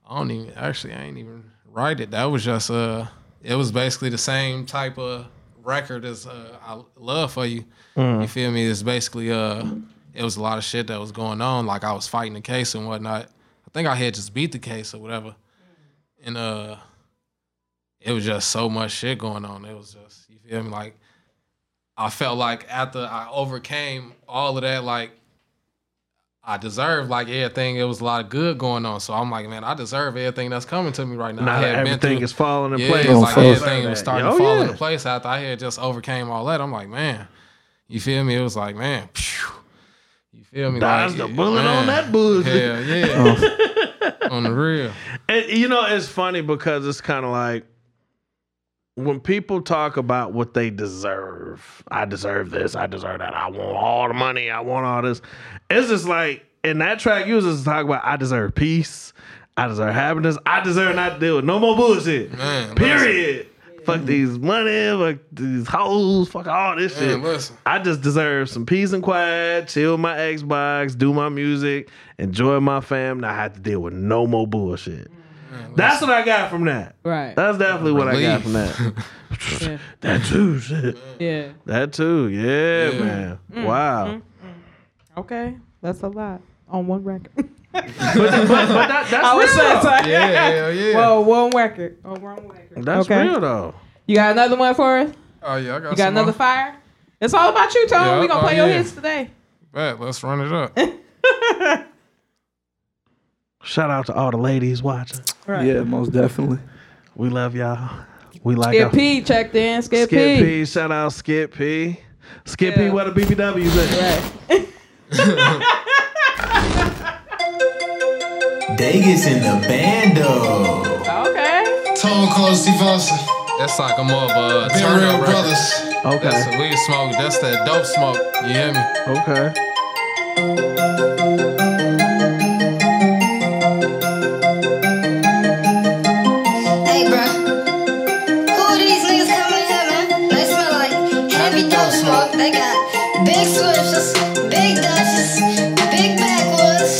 D: I don't even actually. I ain't even write it. That was just uh. It was basically the same type of record as uh, I love for you. You feel me? It's basically uh. It was a lot of shit that was going on. Like I was fighting the case and whatnot. I think I had just beat the case or whatever. And uh, it was just so much shit going on. It was just you feel me? Like I felt like after I overcame all of that, like I deserve like everything. It was a lot of good going on, so I'm like, man, I deserve everything that's coming to me right now.
A: Now
D: I
A: that
D: had been
A: everything
D: through-
A: is falling in
D: yeah,
A: place.
D: it's like
C: Oh,
D: everything was starting
A: Oh,
D: to fall
A: yeah.
D: into place after I had just overcame all that. I'm like, man, you feel me? It was like, man, phew. You feel me?
A: Dodged
D: Like,
A: the bullet on that bullshit. Oh.
D: Hell
A: [LAUGHS]
D: yeah. on the real.
A: And, you know, it's funny because it's kind of like when people talk about what they deserve. I deserve this. I deserve that. I want all the money. I want all this. It's just like in that track, you was just talking about I deserve peace. I deserve happiness. I deserve not to deal with no more bullshit.
D: Man,
A: Period. Fuck these money. Fuck these hoes. Fuck all this
D: Man,
A: shit.
D: listen.
A: I just deserve some peace and quiet, chill my Xbox, do my music, enjoy my fam. Not have to deal with no more bullshit. That's what I got from that.
B: Right.
A: That's definitely what I got
D: Relief.
A: from that.
B: Yeah.
A: That too, [LAUGHS] shit.
B: yeah.
A: That too, yeah, man. Wow.
B: Mm-hmm. Okay. That's a lot on one record.
A: [LAUGHS] But, but, but that,
B: [LAUGHS] I was
A: that's real.
B: saying,
A: [LAUGHS]
B: sorry.
D: Yeah, hell yeah.
B: Well, one record. [LAUGHS] Oh, wrong record.
A: That's
B: Okay.
A: real though.
B: You got another one for us?
D: oh yeah, I got,
B: You got
D: some
B: another
D: more.
B: fire? It's all about you, Tone.
D: Yeah,
B: we gonna
D: oh,
B: play your
D: yeah.
A: [LAUGHS]
B: hits today.
D: Bet, let's run it up.
A: Shout out to all the ladies watching.
B: Right.
C: Yeah, most definitely.
A: We love y'all. We like
B: Skip
A: y'all.
B: P checked in. Skip,
A: Skip
B: P.
A: P. Shout out Skip P. Skip P.
B: Yeah.
A: What a BBW's at.
B: Right. [LAUGHS]
H: Vegas in the bando.
B: Okay.
E: Tone Cold Steve Austin.
D: That's like a more of a
E: Been
D: turn
E: real
D: up record.
E: brothers.
A: Okay.
D: That's a weed smoke. That's that dope smoke. You hear me?
A: Okay.
I: Hey, bro. Who are these niggas coming here, man? They smell like heavy dope smoke. They got big switches, big dutches, big backwoods.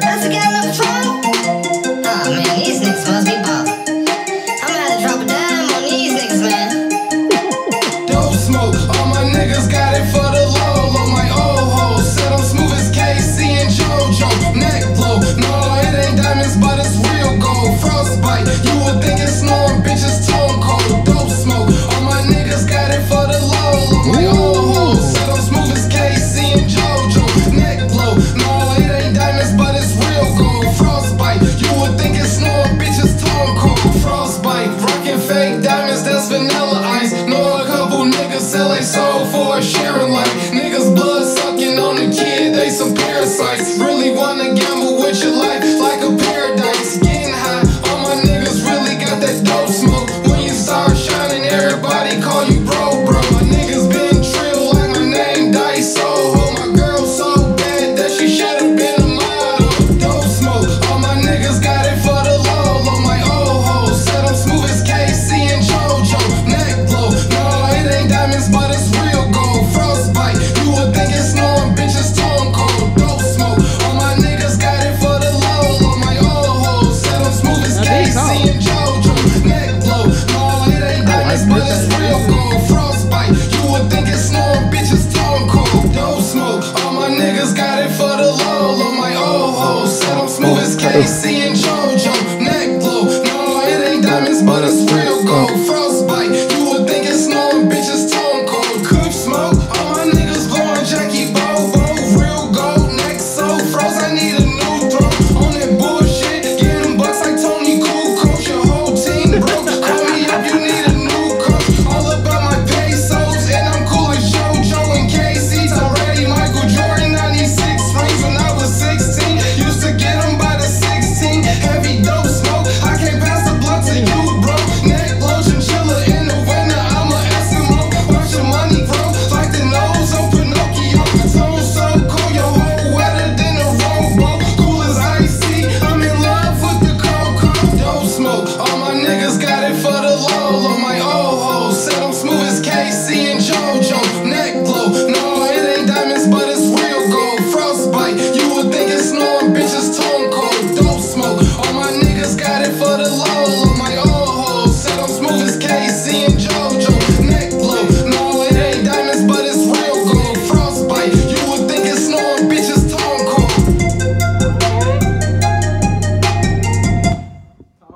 I: That's a guy up front. Aw, man, these niggas must be ballin'. I'm gonna have to drop a dime on these niggas, man.
E: Dope smoke, all my niggas got it for the low. Low my old hoes said I'm smooth as KC and JoJo. Neck blow, no, it ain't diamonds, but it's real gold. Frostbite, you would think it's snowing, bitches tone cold. Dope smoke, all my niggas got it for the low. Low my old hoes said I'm smooth as KC and JoJo. Neck blow, no, it ain't diamonds, but it's real gold. Frostbite, you would think it's snowing, bitches tone cold. Frostbite, rockin' fake diamonds, that's vanilla ice. Know a couple niggas sell they soul for a sharing life. Niggas blood sucking on the kid, they some parasites. Really wanna gamble with your life like a paradise. Getting high, all my niggas really got that dope smoke. When you start shining, everybody call you bro, bro. My niggas been trill like my name Dice Soho. My girl so bad that she should've been a model. Dope smoke, all my niggas got it for the low. Low my old hoes said I'm smooth as KC and JoJo. Neck blow, no, it ain't diamonds, but it's real gold. Frostbite, you would think it's snowing, bitches tone cold. Dope smoke, all my niggas got it for the low. Low my old hoes said I'm smooth as
B: Now these hoes.
E: KC and JoJo. Neck blow, no, it ain't diamonds, but it's real gold. Frostbite, you would think it's snowing, bitches tone cold. Dope smoke, all my niggas got it for the low. Low my old hoes said I'm smooth as KC and JoJo. Neck blow, no, it ain't diamonds, but it's real gold. Frostbite, you would think it's snowing, bitches tone cold. Coop smoke, all my niggas blowing Jackie Bobo. Real gold, neck so froze, I need a new throne. On that bullshit, getting bucks like Tony Cool Coach. Your whole team broke, call me up, you need a new coach. All about my pesos, and I'm cool as JoJo and KC's already. Michael Jordan, 96 rings when I was 16. Used to get 'em by the 16. Heavy dope smoke, I can't pass the blunt to you, bro. Neck blow, chinchilla in the winter, I'm a Eskimo. Watch your money grow, like the nose on Pinocchio. So, so cool, your whole wetter than a rowboat. Cool as icy, I'm in love with the cocoa. Dope smoke, all my niggas got it for the low. On my old hoes, said I'm smooth as KC and JoJo. Neck blow, no, it ain't diamonds, but it's real gold. Frostbite, you would think it's snowing, bitches tone cold. Dope smoke, all my niggas got it for the low. On my old hoes, said I'm smooth as KC and JoJo. Neck blow, no, it ain't diamonds, but it's real gold. Frostbite, you would think it's snowing, bitches tone cold.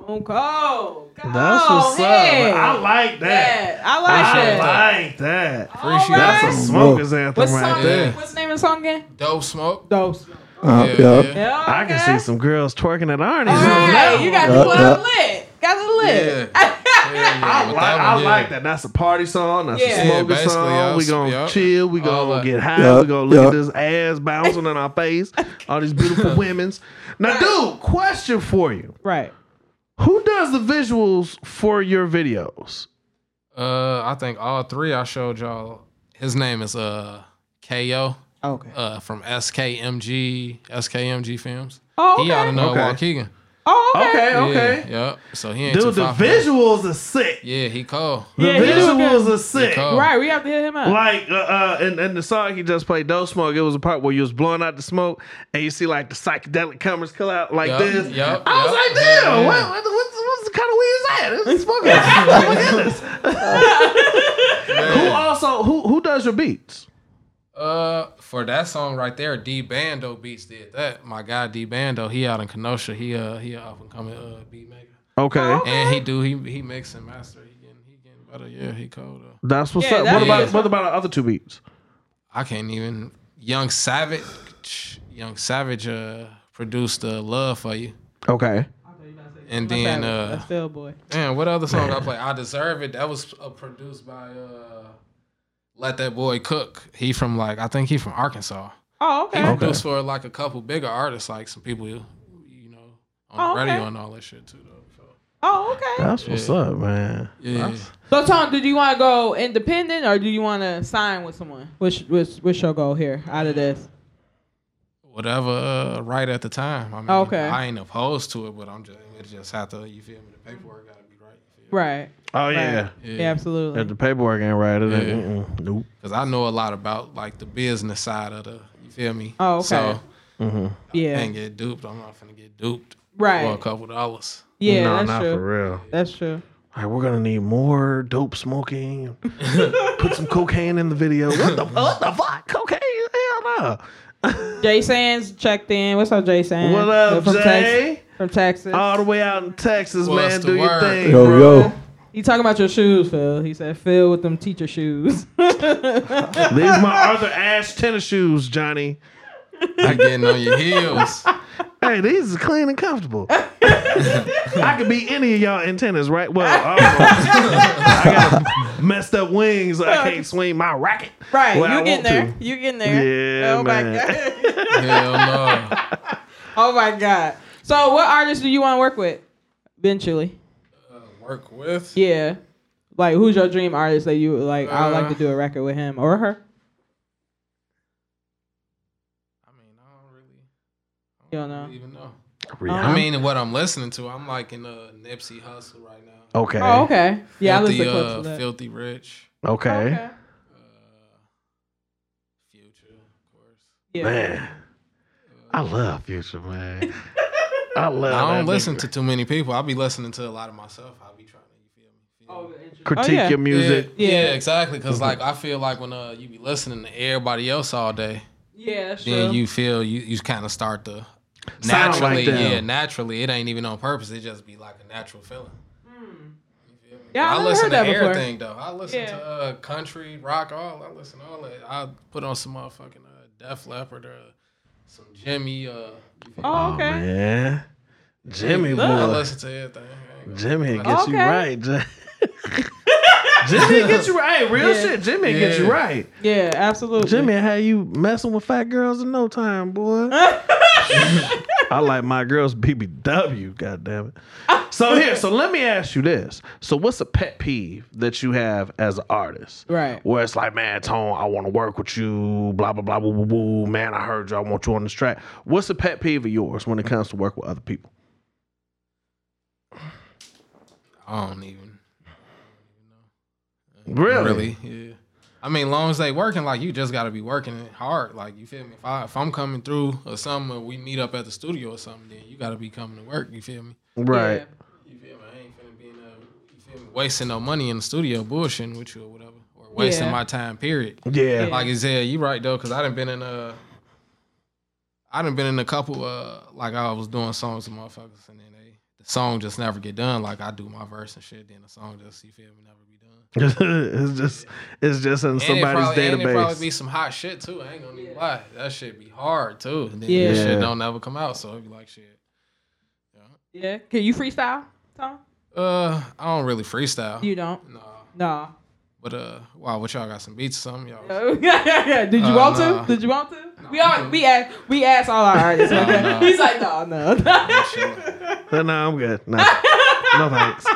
B: Tone Cold.
A: That's what's
B: man.
A: up. I like that.
B: Yeah, I like
A: I
B: that.
A: like that.
D: Appreciate
B: All
D: that.
B: right.
A: That's a smoker's anthem
B: What's,
A: right
B: song,
A: there.
D: there.
B: what's the name of the song again?
D: Dope smoke.
B: Dose.
D: yeah.
C: Uh, yeah.
D: yeah.
B: Yeah,
A: I can
B: okay.
A: see some girls twerking at Arnie's.
B: All right, you got the
A: [LAUGHS]
C: Yeah,
B: club lit. Got the lit.
A: I like, I like that. That's a party song. That's a
B: Yeah. Yeah,
A: smoking
D: basically,
A: song.
D: yeah,
A: we gonna
D: yeah.
A: chill. We
D: All
A: gonna
D: that.
A: get high.
C: Yeah,
A: We gonna look
C: yeah.
A: at this ass bouncing in our face. All these beautiful women's. Now, dude, question for you:
B: Right.
A: Who does the visuals for your videos?
D: Uh, I think all three I showed y'all. His name is uh Ko
B: Okay.
D: uh from SKMG SKMG Films.
B: Oh,
D: He
B: okay.
D: ought to know
A: Okay.
D: Walt Keegan.
B: Oh, okay.
A: Okay, okay.
D: Yeah, yep. So he ain't too
A: Dude, the
D: far from-
A: visuals are sick.
D: Yeah, he cold.
A: The
B: Yeah, he was
A: visuals are sick.
D: Cold.
B: Right, we have to hit him up.
A: Like uh, uh and, and the song he just played, Dope Smoke, it was a part where you was blowing out the smoke and you see like the psychedelic cameras come out like
D: Yup,
A: this.
D: yup,
A: I was
D: yup.
A: like, damn,
D: Yeah, yeah.
A: What, what, what's, what's the kind of weed is that? It's smoking. What is this? who also who who does your beats?
D: Uh, for that song right there, D Bando Beats did that. My guy D Bando, he out in Kenosha. He uh he up and coming uh beat maker,
A: Okay.
D: and he do he he makes and master. He getting he getting better. Yeah, he cold. Though.
A: That's what's
B: Yeah,
A: up.
B: that
A: what about
D: is-
A: what about the other two beats?
D: I can't even. Young Savage, Young Savage uh produced uh, "Love for You,"
A: Okay.
D: and then
B: that's
D: uh
B: Phil Boy.
D: damn, what other song I play? I deserve it. That was uh, produced by uh Let That Boy Cook. He from like I think he from Arkansas.
B: Oh,
D: He
B: okay.
D: produced for like a couple bigger artists, like some people you you know on
B: Oh,
D: the
B: okay.
D: radio and all that shit too. Though. So,
B: Oh, okay.
A: That's what's up, man.
D: yeah,
B: So, Tom, did you want to go independent or do you want to sign with someone? What's, what's, what's your goal here out of this?
D: whatever. Uh, right at the time. I mean,
B: Okay.
D: I ain't opposed to it, but I'm just it just have to. You feel me? The paperwork gotta be right. you feel me?
B: Right.
A: Oh yeah.
B: Yeah, absolutely.
A: If the paperwork ain't right, it ain't.
D: Yeah.
A: mm-mm, Nope.
D: because I know a lot about like the business side of the. You feel me?
B: Oh, okay.
D: So
B: yeah.
D: and get duped. I'm not finna get duped for a
B: Right.
D: couple dollars.
B: Yeah,
A: no,
B: that's
A: not
B: true.
A: for real.
B: That's true.
A: All right, we're gonna need more dope smoking. Put some cocaine in the video.
D: [LAUGHS]
A: What the what the fuck? Cocaine? Hell no.
B: Jay Sands checked in. What's up, Jay Sands?
A: What up,
B: from
A: Jay? Uh,
B: Texas. From Texas.
A: All the way out in Texas,
D: What's
A: man.
D: the
A: Do your
D: word?
A: thing,
C: Yo,
A: bro.
C: yo.
B: He talking about your shoes, Phil. He said, Phil with them teacher shoes. [LAUGHS]
A: These my Arthur Ashe tennis shoes, Johnny.
D: You're getting on
B: [LAUGHS]
D: your heels.
A: Hey, [LAUGHS] these is clean and comfortable. I could be any of y'all in tennis, right? Well, I, don't know. I got messed up wings. I can't swing my racket.
B: right.
A: Well, I
B: you
A: want
B: getting there.
A: to.
B: You getting there.
A: Yeah,
B: oh
A: man.
B: my
A: [LAUGHS]
B: god.
D: Hell no.
B: oh my god. So what artists do you want to work with? Eventually.
D: Work with.
B: Yeah. Like who's your dream artist that you would like I would like to do a
D: Uh,
B: record with him or her?
D: I mean, I don't really
B: You don't know.
D: even know.
B: Uh-huh.
A: Rihanna.
D: I mean, what I'm listening to, I'm like in a Nipsey Hustle right now.
A: Okay.
B: Oh, okay. Yeah,
D: filthy,
B: I listen to clips of
D: uh,
B: that.
D: filthy rich,
A: okay.
B: Okay.
D: future, of course.
B: Yeah.
A: Man. I love Future, man. I love
D: I don't
A: that
D: listen
A: nigga.
D: to too many people. I'll be listening to a lot of myself. I'll be trying to, you feel me? Feel me?
A: critique
B: Oh, yeah.
A: your music. Mm-hmm.
D: Yeah,
B: Yeah.
D: yeah, exactly. Because like I feel like when uh you be listening to everybody else all day,
B: Yeah, that's
D: then
B: true.
D: you feel you you kind of start to
A: Sound like
D: naturally,
A: them.
D: yeah, naturally. It ain't even on purpose. It just be like a natural feeling.
B: yeah,
D: I
B: I've never
D: listen
B: heard that
D: to
B: before.
D: everything though. I listen
B: Yeah.
D: to uh, country, rock, all. I listen to all that. I put on some motherfucking uh, Def Leppard or some Jimmy. Uh,
B: Oh, okay.
A: Man. Jimmy
D: I
A: boy.
D: listen to everything. I ain't gonna-
A: Oh. Jimmy gets you
B: Okay.
A: right. Jim- Jimmy gets you right. Real
B: Yeah.
A: shit. Jimmy gets you
D: Yeah.
A: right.
B: Yeah, absolutely.
A: Jimmy had you messing with fat girls in no time, [LAUGHS] boy. I like my girls BBW, God damn it. So here, so let me ask you this. So what's a pet peeve that you have as an artist?
B: Right.
A: Where it's like, man, Tone, I want to work with you, blah, blah, blah, blah, blah, blah. Man, I heard you. I want you on this track. What's a pet peeve of yours when it comes to work with other people?
D: I don't even
A: Really?
D: really. Yeah. I mean, long as they working, like you just gotta be working it hard. Like you feel me? If I if I'm coming through or something, or we meet up at the studio or something, then you gotta be coming to work. You feel me?
A: [LAUGHS] Right.
B: Yeah.
D: You feel me? I ain't finna be in a, you feel me? Wasting no money in the studio bullshitting with you or whatever, or wasting
B: Yeah.
D: my time. Period.
A: Yeah.
D: Like you said, you right though, cause I done been in a, I done been in a couple. Uh, like I was doing songs with motherfuckers, and then they the song just never get done. Like I do my verse and shit, then the song just you feel me never be done.
A: [LAUGHS] it's just it's just in
D: And it
A: somebody's
D: probably, And it probably
A: database.
D: be some hot shit too. I ain't gonna even lie. That shit be hard too. And then
B: Yeah.
D: yeah. that
A: Yeah.
D: shit don't ever come out. So it be like shit.
B: Yeah. Can you freestyle, Tom?
D: Uh, I don't really freestyle.
B: You don't? No. No.
D: But uh, wow, what y'all got some beats or something? Y'all.
B: [LAUGHS] Did you
D: Uh,
B: want
D: nah.
B: to? Did you want to? We all we asked we asked all our artists. Okay? He's like, no, no, no.
D: [LAUGHS]
A: No, no, Uh, I'm good. No, [LAUGHS] no thanks.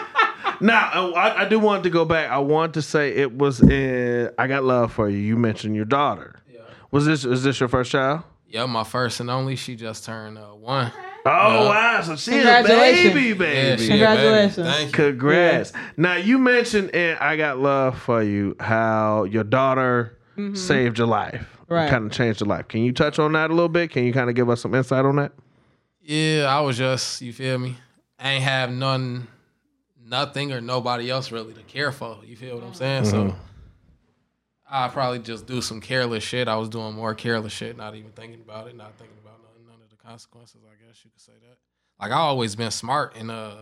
A: Now, uh, I, I do want to go back. I want to say it was in I Got Love for You. You mentioned your daughter. Was this is this your first child?
D: Yeah, my first and only. She just turned uh, one.
A: Oh wow! So she's a
B: Congratulations.
A: baby,
D: Yeah,
A: baby.
D: she a baby.
B: Congratulations.
D: Thank you.
A: Congrats. Now you mentioned in I Got Love for You how your daughter
D: Mm-hmm.
A: saved your life.
B: Right.
A: Kind of changed your life. Can you touch on that a little bit? Can you kind of give us some insight on that?
D: Yeah, I was just, you feel me? I ain't have none, nothing or nobody else really to care for. You feel what I'm saying? So I probably just do some careless shit. I was doing more careless shit, not even thinking about it, not thinking about none, none of the consequences. I guess you could say that. Like I always been smart and uh,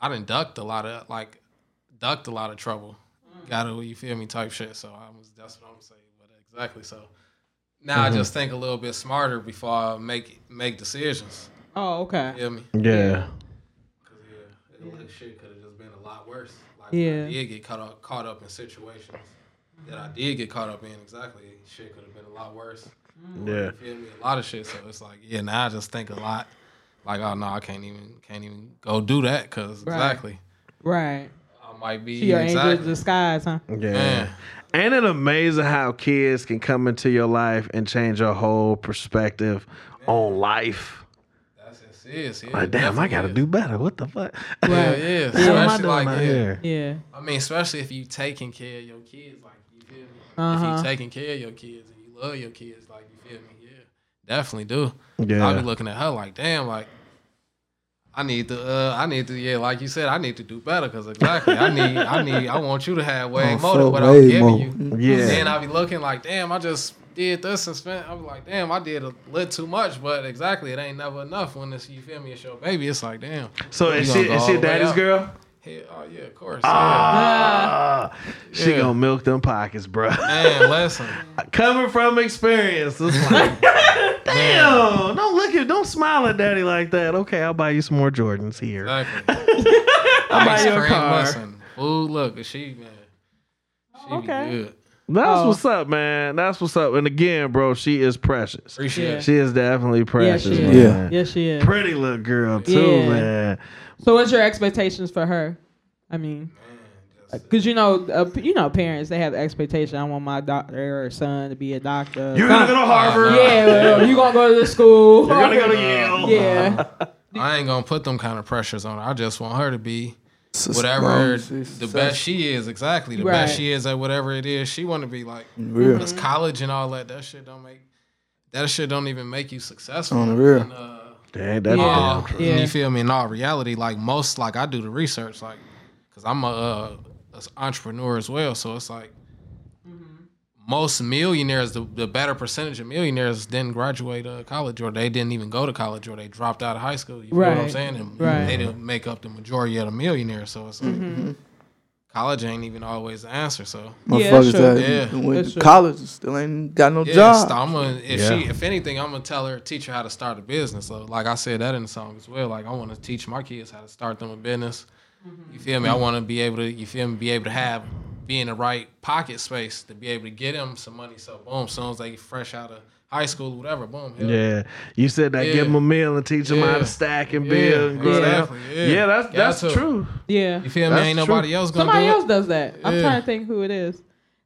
D: I done ducked a lot of like ducked a lot of trouble. Got to you feel me type shit. So I was that's what I'm saying. But exactly so. Now I just think a little bit smarter before I make make decisions.
B: Oh, okay.
D: Feel me?
A: Yeah.
D: Cause yeah, it- like shit could have just been a lot worse. Like
B: Yeah.
D: when I did get caught up, caught up in situations that I did get caught up in. Exactly, shit could have been a lot worse.
B: Mm.
A: Yeah.
D: You feel me? A lot of shit. So it's like, yeah, now I just think a lot. Like, oh no, I can't even, can't even go do that. Cause
B: Right.
D: exactly,
B: Right.
D: I might be
B: She your angel of
D: exactly.
B: disguise, huh?
A: Yeah.
D: Man.
A: Ain't it amazing how kids can come into your life and change your whole perspective on life?
D: That's it. Serious. Yeah,
A: Like, damn, I gotta
D: definitely
A: do better. What the fuck?
D: is. Yeah, yeah. Especially like, yeah.
B: Yeah.
D: I mean, especially if you taking care of your kids, like you feel me. If
B: Uh-huh.
D: you taking care of your kids and you love your kids, like you feel me. Yeah, definitely do.
A: Yeah.
D: I'll be looking at her like, damn, like I need to, uh, I need to, yeah, like you said, I need to do better because exactly, I need, I need, I want you to have way more than
C: Oh, fuck,
D: what
C: way
D: I'm giving
C: more.
D: you.
A: Yeah.
D: Then I'll be looking like, damn, I just did this and spent. I'm like, damn, I did a little too much, but exactly, it ain't never enough when it's you feel me. It's your baby. It's like, damn.
A: So
D: you
A: is she
D: gonna go
A: is
D: all
A: she
D: the way
A: daddy's
D: up. [LAUGHS]
A: girl?
D: Hell, oh yeah, of course.
A: Ah, she
D: Yeah.
A: gonna milk them pockets, bro.
D: yeah. Man, listen.
A: Coming from experience, it's like, damn, don't look at, don't smile at daddy like that. Okay, I'll buy you some more Jordans here.
B: [LAUGHS]
D: Exactly.
A: I'll buy
D: Ice
A: you a
D: cream,
A: car.
D: listen. Ooh, look, she man. She
B: okay.
D: be good.
A: That's
B: Oh.
A: what's up, man. That's what's up. And again, bro, she is precious.
D: Appreciate
B: Yeah.
D: it.
A: She is definitely precious,
B: is.
A: man.
B: Yes, she is.
A: Pretty little girl too,
B: Yeah.
A: man.
B: So, what's your expectations for her? I mean, because you know, uh, you know, parents they have expectation. I want my daughter or son to be a doctor.
A: You're gonna go to Harvard.
B: yeah, well, you gonna go to the school.
A: You're gonna go to Yale.
B: [LAUGHS] yeah,
D: I ain't gonna put them kind of pressures on her. I just want her to be
C: Sus-
D: whatever
C: um, sus-
D: the best she is. Exactly, the
B: Right.
D: best she is at whatever it is she want to be like.
C: Real.
D: It's college and all that. That shit don't make. That shit don't even make you successful.
C: On the real.
D: And, uh,
A: Dang, that's
D: all-
A: damn true.
B: Yeah.
D: uh, You feel me? In all reality, like most, like I do the research, like because I'm a, uh, a entrepreneur as well. So it's like
B: Mm-hmm.
D: most millionaires, the, the better percentage of millionaires didn't graduate uh, college or they didn't even go to college or they dropped out of high school. You know what I'm
B: Right.
D: saying? And
B: Right. Mm-hmm.
D: they didn't make up the majority of the millionaires. So it's like college ain't even always the answer. So
C: Motherfuckers
B: sure.
C: that
D: Yeah.
C: went
B: That's
C: to
B: true.
C: college and still ain't got no
D: Yeah,
C: job.
D: st- I'ma- if she,
A: Yeah.
D: if anything, I'm gonna tell her, teach her how to start a business. So, like I said that in the song as well. Like I want to teach my kids how to start them a business. You feel me? I want to be able to, you feel me? Be able to have, be in the right pocket space to be able to get them some money. So, boom, soon as they fresh out of high school, or whatever, boom, hell,
A: Yeah, you said that.
D: Yeah.
A: Give them a meal and teach them how
D: Yeah.
A: to stack and
D: Yeah,
A: build and grow
D: exactly,
A: down. Yeah,
D: yeah.
A: that's
D: Gotta
A: that's
D: too.
A: true.
B: yeah.
D: You feel me?
A: That's
D: Ain't
A: true.
D: nobody else gonna
B: Somebody
D: do it.
B: else does that. I'm
D: Yeah.
B: trying to think who it is.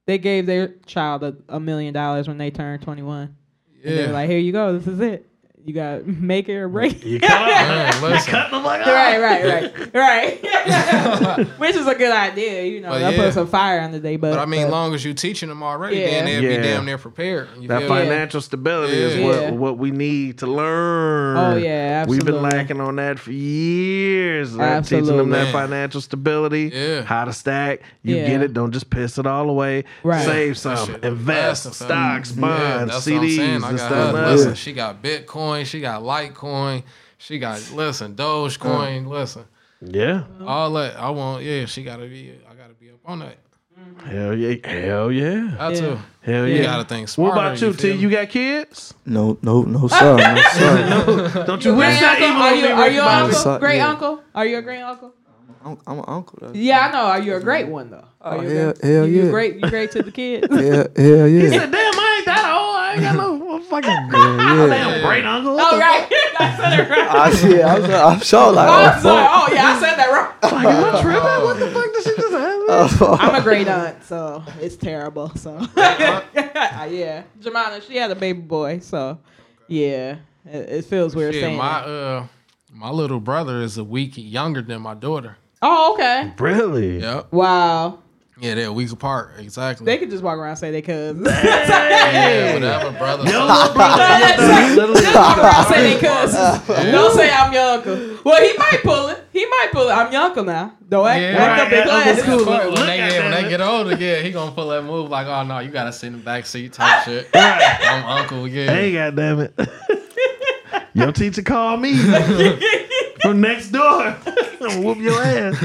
B: They gave their child a, a million dollars when they turned 21.
A: [LAUGHS]
B: And they
D: Yeah.
B: were like, here you go. This is it. You got [LAUGHS] to make it or break [LAUGHS] it.
A: You cut them,
D: Man, listen.
A: I'm like, ah.
B: right, right, right, right. Which is a good idea. You know,
D: But
B: that
D: yeah.
B: puts some fire under their butt.
D: But I mean, long as you teaching them already, then
B: Yeah.
D: they'll
A: Yeah.
D: be damn near prepared. You
A: That
D: feel me?
A: financial stability is
D: Yeah.
A: what
B: Yeah.
A: what we need to learn.
B: Oh, yeah,
A: We've been
B: absolutely.
A: lacking on that for years. Not teaching them
B: Absolutely.
A: that
D: Man.
A: financial stability,
D: Yeah.
A: how to stack. You
B: Yeah.
A: get it. Don't just piss it all away.
B: Right.
A: Save
D: That
A: some,
D: shit
A: Um, invest,
D: lasting, fam.
A: stocks, bonds,
D: that's what I'm
A: CDs,
D: saying. I
A: this,
D: got
A: that, and
D: her.
A: the other.
D: Listen, she got Bitcoin, she got Litecoin, she got listen
A: Uh.
D: Dogecoin, listen
A: Yeah.
D: all that. I want yeah. She gotta be. I gotta be up on that.
A: Hell yeah. Hell yeah.
D: I
B: Yeah.
D: too.
A: Hell
D: You
A: yeah.
D: gotta think
A: What
D: smarter.
A: about you, T?
D: feel me?
A: You got kids?
C: No, no, no, sir. No, sir.
D: [LAUGHS]
A: Don't you wish
B: Great
A: that
B: uncle,
A: evil
B: are
A: on
B: you,
A: me,
B: are
A: Ricky
B: you
A: Bobby?
B: uncle?
C: Bobby.
B: Great
C: Yeah.
B: uncle? Are you a great uncle?
C: I'm, I'm an uncle. Though.
B: Yeah, I know. Are you a great one though? Are
C: Oh,
B: you a
C: hell,
B: great-
C: hell
B: you
C: yeah.
B: great. You great to the kids.
C: Yeah, [LAUGHS] hell
A: He
C: yeah.
A: said, "Damn, I ain't that old. I ain't got
D: [LAUGHS]
A: no fucking
C: yeah, yeah.
A: damn
B: [LAUGHS]
A: great uncle."
B: oh right, I said it right.
C: I see. Ah, I'm, so- I'm sure. Like,
B: Oh,
C: oh,
B: I'm [LAUGHS] sorry. Oh yeah, I said that wrong.
A: [LAUGHS] Like, am I tripping? What the fuck did she just have?
B: [LAUGHS]
C: fuck.
B: I'm a great aunt, so it's terrible. So [LAUGHS] yeah, Jemima, she had a baby boy, so yeah, it, it feels weird
D: Shit,
B: saying.
D: my
B: that.
D: uh, my little brother is a week younger than my daughter.
B: Oh okay.
A: Really?
D: Yep.
B: Wow,
D: Yeah, they're a week apart. Exactly.
B: they could just walk around and say they [LAUGHS] cousins.
D: yeah, whatever, brother.
B: Just walk around and say they
A: [LAUGHS]
B: cousins. Don't say I'm your uncle. Well, he might pull it. He might pull it. I'm your uncle now. Don't act,
D: Yeah,
A: right,
B: act up in
A: yeah,
B: class.
A: Uncle Scoop.
D: But when
A: Look
D: they,
A: at
D: get, when
A: that.
D: they get older, yeah, he gonna pull that move like, oh no, you gotta sit in the back
A: [LAUGHS]
D: seat type shit. I'm uncle,
B: [LAUGHS]
D: yeah.
A: Hey, goddamn it! Your teacher called
B: [LAUGHS]
A: me from next door. I'm gonna whoop your
B: [LAUGHS]
A: ass.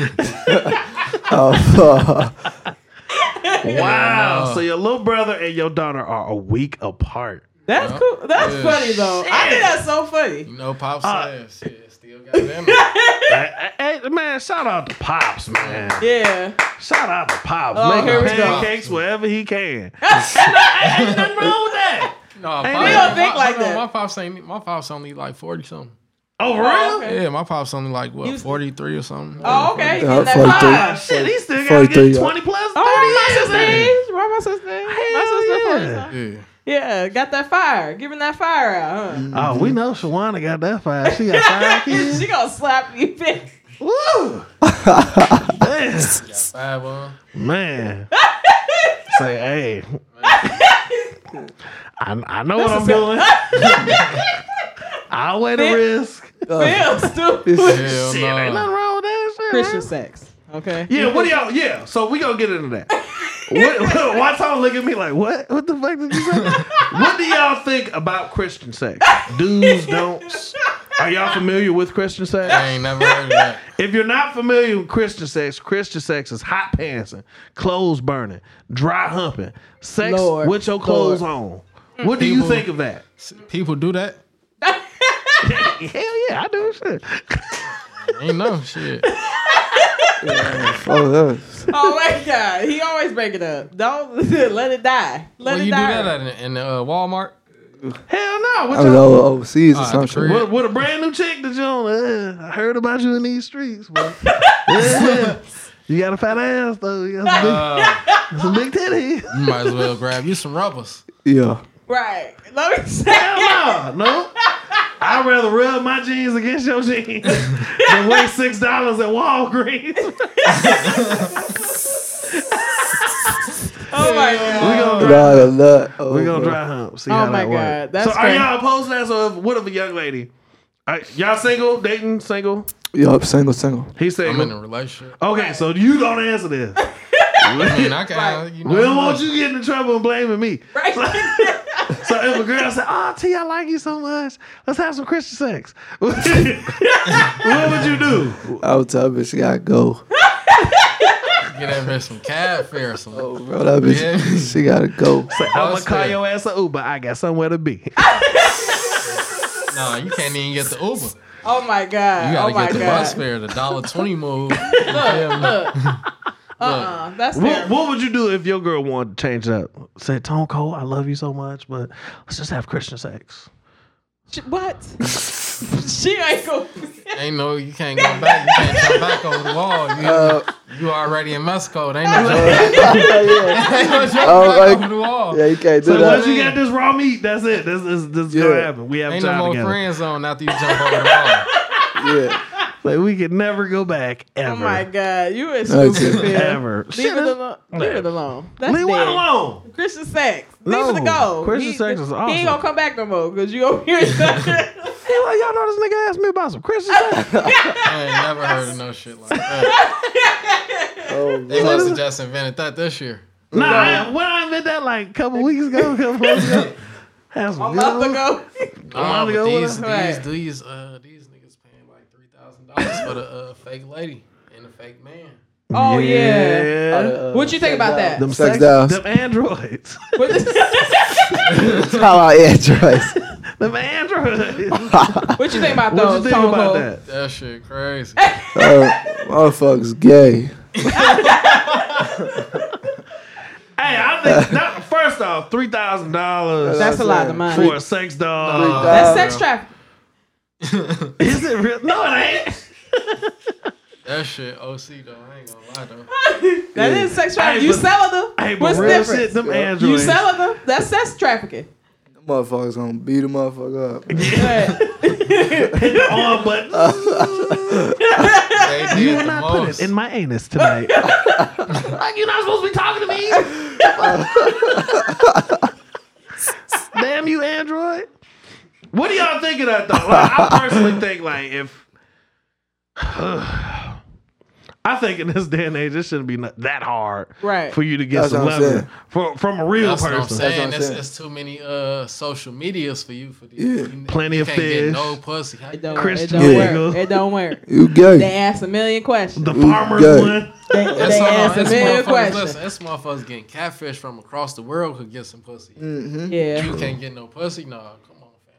C: Oh, fuck.
A: Wow. So your little brother and your daughter are a week apart.
B: That's cool. That's
D: Yeah.
B: funny though. I think that's so funny.
D: You know, Pop says, shit, still got them. Yeah,
A: Hey, hey, hey, man, shout out to Pops, man.
B: Yeah.
A: Shout out to Pops.
B: Oh,
A: Making
B: here we go.
A: pancakes wherever he can. ain't, nothing- ain't nothing wrong with that.
D: no,
A: Ain't
D: Pops-
A: we
B: don't think
D: my-
B: like
D: no,
B: that.
D: My pops ain't. My pops only like forty something.
A: Oh, for real?
B: Oh, okay.
D: Yeah, my pops only like what
B: You was-
D: forty three or something.
B: [LAUGHS] Oh, okay.
C: Yeah,
B: That's
C: funny
B: fine.
C: thing.
A: Ah, shit, he still got to
C: 43,
A: get
C: yeah.
A: 20 plus 30
B: Oh, my
A: years
B: sister
A: in it.
B: is. Where my sister is? My
A: Hell
B: sister
A: yeah.
B: yeah.
D: Yeah.
B: yeah, got that fire. Giving that fire out, huh?
A: Oh, we know Shawana got that fire. She
B: [LAUGHS]
A: got five kids.
B: she gonna slap you, bitch.
A: Woo! [LAUGHS] Damn.
D: Five one.
A: Man. Say, hey. I, I know what I'm
B: is a-
A: doing. [LAUGHS] I'll weigh the
B: Fit-
A: risk.
B: Feel stupid.
D: Hell
A: Shit, ain't
D: no.
A: nothing wrong with that shit.
B: Christian
A: man.
B: sex. Okay.
A: Yeah, what do y'all? Yeah, so we gonna get into
B: [LAUGHS]
A: that. what, why Tom look at me like what? What the fuck did you say? what do y'all think about Christian sex? Do's, don'ts. Are y'all familiar with Christian
D: I
A: sex?
D: ain't never heard of that.
A: If you're not familiar with Christian sex, Christian sex is hot pantsing, clothes burning, dry humping, sex
B: Lord,
A: with your clothes on. What do you
D: People-
A: think of that?
D: People do that.
A: Hell yeah, I do shit.
D: Ain't no shit.
C: Fuck us.
B: [LAUGHS] Oh my god, he always break it up. Don't [LAUGHS] let it die. Let
D: Well,
B: it
D: you do
B: die.
D: that at in, in uh, Walmart.
A: Hell no. What
C: I was
A: y'all,
C: over overseas or
D: Alright,
C: some shit.
D: Korea.
A: with, with a brand new chick that you don't, uh, I heard about you in these streets, boy. Yeah. You got a fat ass though. You got some
D: Uh,
A: big, some big titty.
D: you might as well grab you some rubbers.
C: Yeah.
B: Right. Let me [LAUGHS] say.
A: Hell no, no. I'd rather rub my jeans against your jeans [LAUGHS] than waste six dollars at Walgreens. [LAUGHS] we
B: Oh my god. [LAUGHS]
A: gonna dry,
C: Nah, nah, oh,
A: we gonna
C: bro.
A: dry hump. See
B: Oh
A: how
B: my
A: that works.
B: God,
A: so
B: that's
A: are
B: crazy.
A: y'all opposed to that? So if, what if a young lady? Are, y'all single, dating, single?
C: Yup, single, single.
A: He's
D: I'm in
A: single. [LAUGHS]
D: a relationship.
A: Okay, so you don't answer
B: [LAUGHS]
A: this.
D: I mean, I can. You know,
A: We don't want you getting in trouble and blaming me.
B: Right. [LAUGHS]
A: So if a girl said, "Oh, T, I like you so much. Let's have some Christian sex." [LAUGHS] what would you do?
C: I would tell bitch she gotta go.
D: Get that bitch some cab fare or something.
C: Oh, bro, that bitch,
D: Yeah.
C: she gotta go.
A: I'm gonna
D: Bust
A: call
D: it.
A: your ass a Uber. I got somewhere to be. [LAUGHS]
D: Nah, you can't even get the Uber.
B: Oh my god.
D: You
B: oh
D: gotta
B: my
D: get the
B: god.
D: bus fare, the
C: [LAUGHS]
D: dollar twenty move. You feel me?
B: Uh-uh. That's
A: what,
B: terrible.
A: what would you do if your girl wanted to change it up? Said Tone Cole, I love you so much, but let's just have Christian sex.
B: She- What? [LAUGHS] she ain't gonna. [LAUGHS]
D: Ain't no, you can't go back. You can't come back over the wall. You, you already in Mexico. It ain't no joke.
C: Uh, [LAUGHS]
D: [LAUGHS]
C: yeah.
D: Ain't no joke
C: Oh,
D: back
C: like-
D: over the wall.
C: yeah, you can't do
A: So once
C: that.
A: you got this raw meat, that's it. This is this is gonna
C: Yeah.
A: happen. We have
D: Ain't no
A: time
D: more
A: together.
D: friend zone after you jump over the wall.
C: Yeah.
A: Like we could never go back ever.
B: Oh my god. You is
C: No,
B: stupid.
C: it's-
B: Phil.
A: Ever.
B: Leave
A: Shit,
B: it
A: that's-
B: alone. Leave it alone. That's
A: Leave
B: dead.
A: one alone.
B: Christian sex. Leave it
A: No,
B: to go.
A: Christian
B: he,
A: sex is
B: He
A: awesome.
B: ain't gonna come back no more because you over
A: [LAUGHS]
B: here.
A: He like, y'all know this nigga asked me about some Christian sex.
D: I ain't never heard of no shit like
C: [LAUGHS]
D: that.
C: Oh,
D: They
C: bro.
D: must have just invented that this year.
A: nah, I, when I met that like a couple weeks ago, a couple months [LAUGHS] ago. That's
B: A month ago.
D: Nah,
A: month
D: but
A: ago, what
D: these,
A: the
D: these,
B: heck?
D: these, uh, these niggas paying like three thousand dollars for the uh, fake lady and the fake man.
B: Oh yeah. Uh,
A: yeah.
B: What you think about that?
A: Them sex,
C: Sex dolls.
A: them androids. [LAUGHS]
B: What-
C: How about androids?
A: them androids. neighborhood.
B: [LAUGHS] What you think about
A: what
B: those?
A: you think
B: Tone
A: about
B: Cold?
A: that?
D: That shit crazy.
C: [LAUGHS] Motherfuckers gay.
A: [LAUGHS] Hey, I think that, first off, three thousand dollars
B: That's a lot of
C: Three-
B: money.
A: for a sex doll.
B: That's sex trafficking.
A: Is it real? No, it ain't.
D: That shit OC though. I ain't gonna lie though.
B: [LAUGHS] That is sex trafficking.
A: Hey,
B: you
A: but-
B: sell them.
A: Hey, but
B: What's
A: real
B: different?
A: shit, them
B: You
A: androids.
B: sell them. That's sex trafficking.
C: Motherfuckers gonna beat the motherfucker up.
A: [LAUGHS]
B: Right.
A: the arm button.
D: They did
A: You will
D: the
A: not put it
D: most.
A: in my anus tonight. [LAUGHS] like you're not supposed to be talking to me. [LAUGHS] Damn you, android. What do y'all think of that though? Like, I personally think like if. [SIGHS] I think in this day and age, it shouldn't be not- that hard
B: Right.
A: for you to get
C: That's
A: some
C: what I'm
A: love
C: saying.
A: from, from a real
D: That's what I'm
A: person.
D: saying.
C: I'm
D: That's,
C: saying.
D: that's too many uh social medias for you for these.
C: Yeah.
D: You,
A: Plenty
D: you
A: of
D: can't Get
A: fish.
D: no pussy. How you
B: It don't, it
A: Christian
B: don't
A: Eagle.
B: work. It don't work.
C: You
B: They
C: gay.
B: ask a million questions.
A: The farmer's
C: Good.
A: one.
B: They,
D: That's
B: they
D: all.
B: ask a
D: That's
B: million
D: motherfuckers.
B: questions.
D: Listen, that's motherfuckers getting catfish from across the world could get some pussy.
B: Mm.
C: Mm-hmm.
B: Yeah,
D: You can't get no pussy. Nah, come on, fam.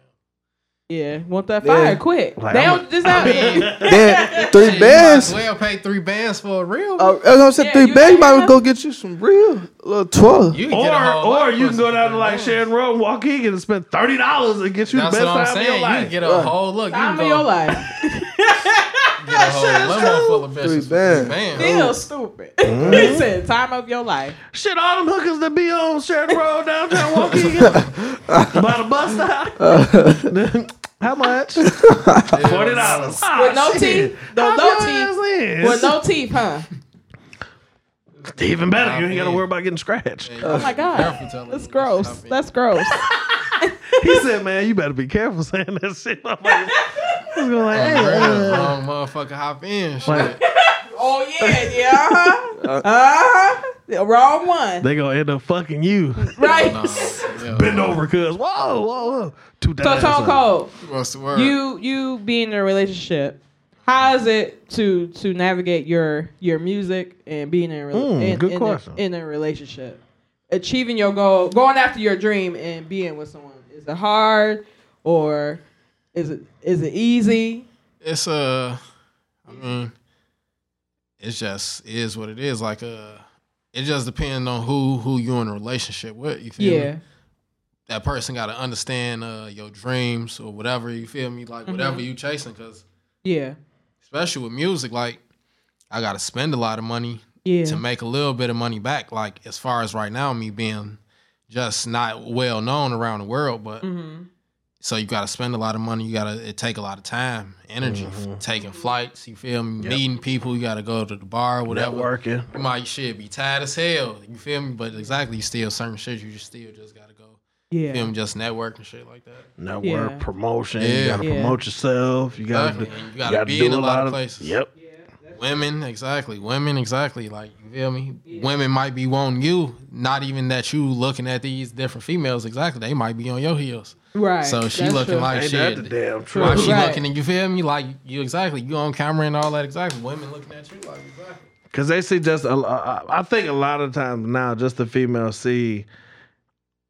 B: yeah. Want that fire
C: Yeah.
B: quick?
A: Like,
B: they
A: I'm-
B: don't [LAUGHS] just out here.
C: Then three
D: You
C: bands.
D: might as well pay three bands for a
B: Oh.
D: real.
C: Uh, as I said,
B: Yeah,
C: three
B: you
C: bands. You might as
B: can.
C: well go get you some real little twelve.
D: you can get a
A: Or
D: whole lot
A: or
D: of
A: you can
D: pussy
A: go
D: for
A: down to
D: three
A: like
D: bands.
A: Sharon Road and Waukegan and spend thirty dollars and get you
D: That's
A: the
D: what
A: best
D: I'm
A: time of your
D: saying. You
A: life.
D: can get a whole look. You
B: Time
D: can
B: of
D: go
B: your life. [LAUGHS]
D: get a whole limo full of bitches.
C: Three
D: for
C: bands.
B: Feel stupid. [LAUGHS]
A: Mm-hmm.
B: He said, "Time of your life."
A: Shit, all them hookers that be on Sheridan Road downtown
D: [LAUGHS]
A: Waukegan by the bus stop.
D: [LAUGHS]
A: How much? Forty dollars. Ah,
B: With no teeth? No- no
A: teeth.
B: With no teeth, [LAUGHS] huh?
A: Even better, you ain't got to
D: Yeah.
A: worry about getting scratched.
B: Oh my god, that's gross. That's gross.
A: He said, "Man, you better be careful saying that shit." [LAUGHS] I'm like, I'm going like, hey, uh,
D: wrong motherfucker hop in. Shit.
A: Like-
B: [LAUGHS] Oh yeah, yeah. Uh huh. Uh huh. Wrong one.
A: they gonna end up fucking you.
B: Right.
D: Nah, yeah.
A: Bend over, cuz. Whoa, whoa, whoa. Two
B: So
A: thousand.
B: Tone Cold,
D: What's the word?
B: you you being in a relationship, how is it to to navigate your your music and being in a, rela-
A: Mm,
B: in,
A: good
B: in,
A: question.
B: A, in a relationship, achieving your goal, going after your dream, and being with someone? Is it hard or is it is it easy?
D: it's uh I mean it's just is what it is. Like uh it just depends on who who you in a relationship with, you feel me?
B: Yeah.
D: That person gotta understand uh your dreams or whatever, you feel me?
B: Mm-hmm.
D: Like whatever you chasing, cause
B: Yeah.
D: especially with music, like I gotta spend a lot of money
B: Yeah.
D: to make a little bit of money back. Like as far as right now, me being just not well known around the world, but
B: Mm-hmm.
D: so you got to spend a lot of money. You got to it take a lot of time, energy, f-
A: Mm-hmm.
D: taking flights. You feel me? Meeting people. You got to go to the bar, whatever.
A: Networking.
D: You might shit be tired as hell. You feel me? But exactly, you still certain shit. You just still just got to go.
B: Yeah.
D: Feel me? Just network and shit like that.
A: network
B: Yeah.
A: promotion. You
D: Yeah.
A: gotta
B: Yeah.
A: promote yourself. You gotta,
D: Exactly.
A: do-
D: And you
A: you
D: gotta
A: gotta
D: be
A: do
D: in
A: a lot of
D: places.
A: Yep.
D: Women, exactly. Women, exactly. Like you feel me? Women might be wanting you, not even that you looking at these different females. Exactly, they might be on your heels.
B: Right.
D: So she
B: That's
D: looking
B: true.
D: like
A: Ain't
D: shit.
A: that the damn [LAUGHS]
D: Why
A: truth?
D: she
B: Right.
D: looking and you feel me? Like you exactly. You on camera and all that exactly. Women looking at you like exactly.
A: Because they see just a, a- a- I think a lot of times now, just the females see.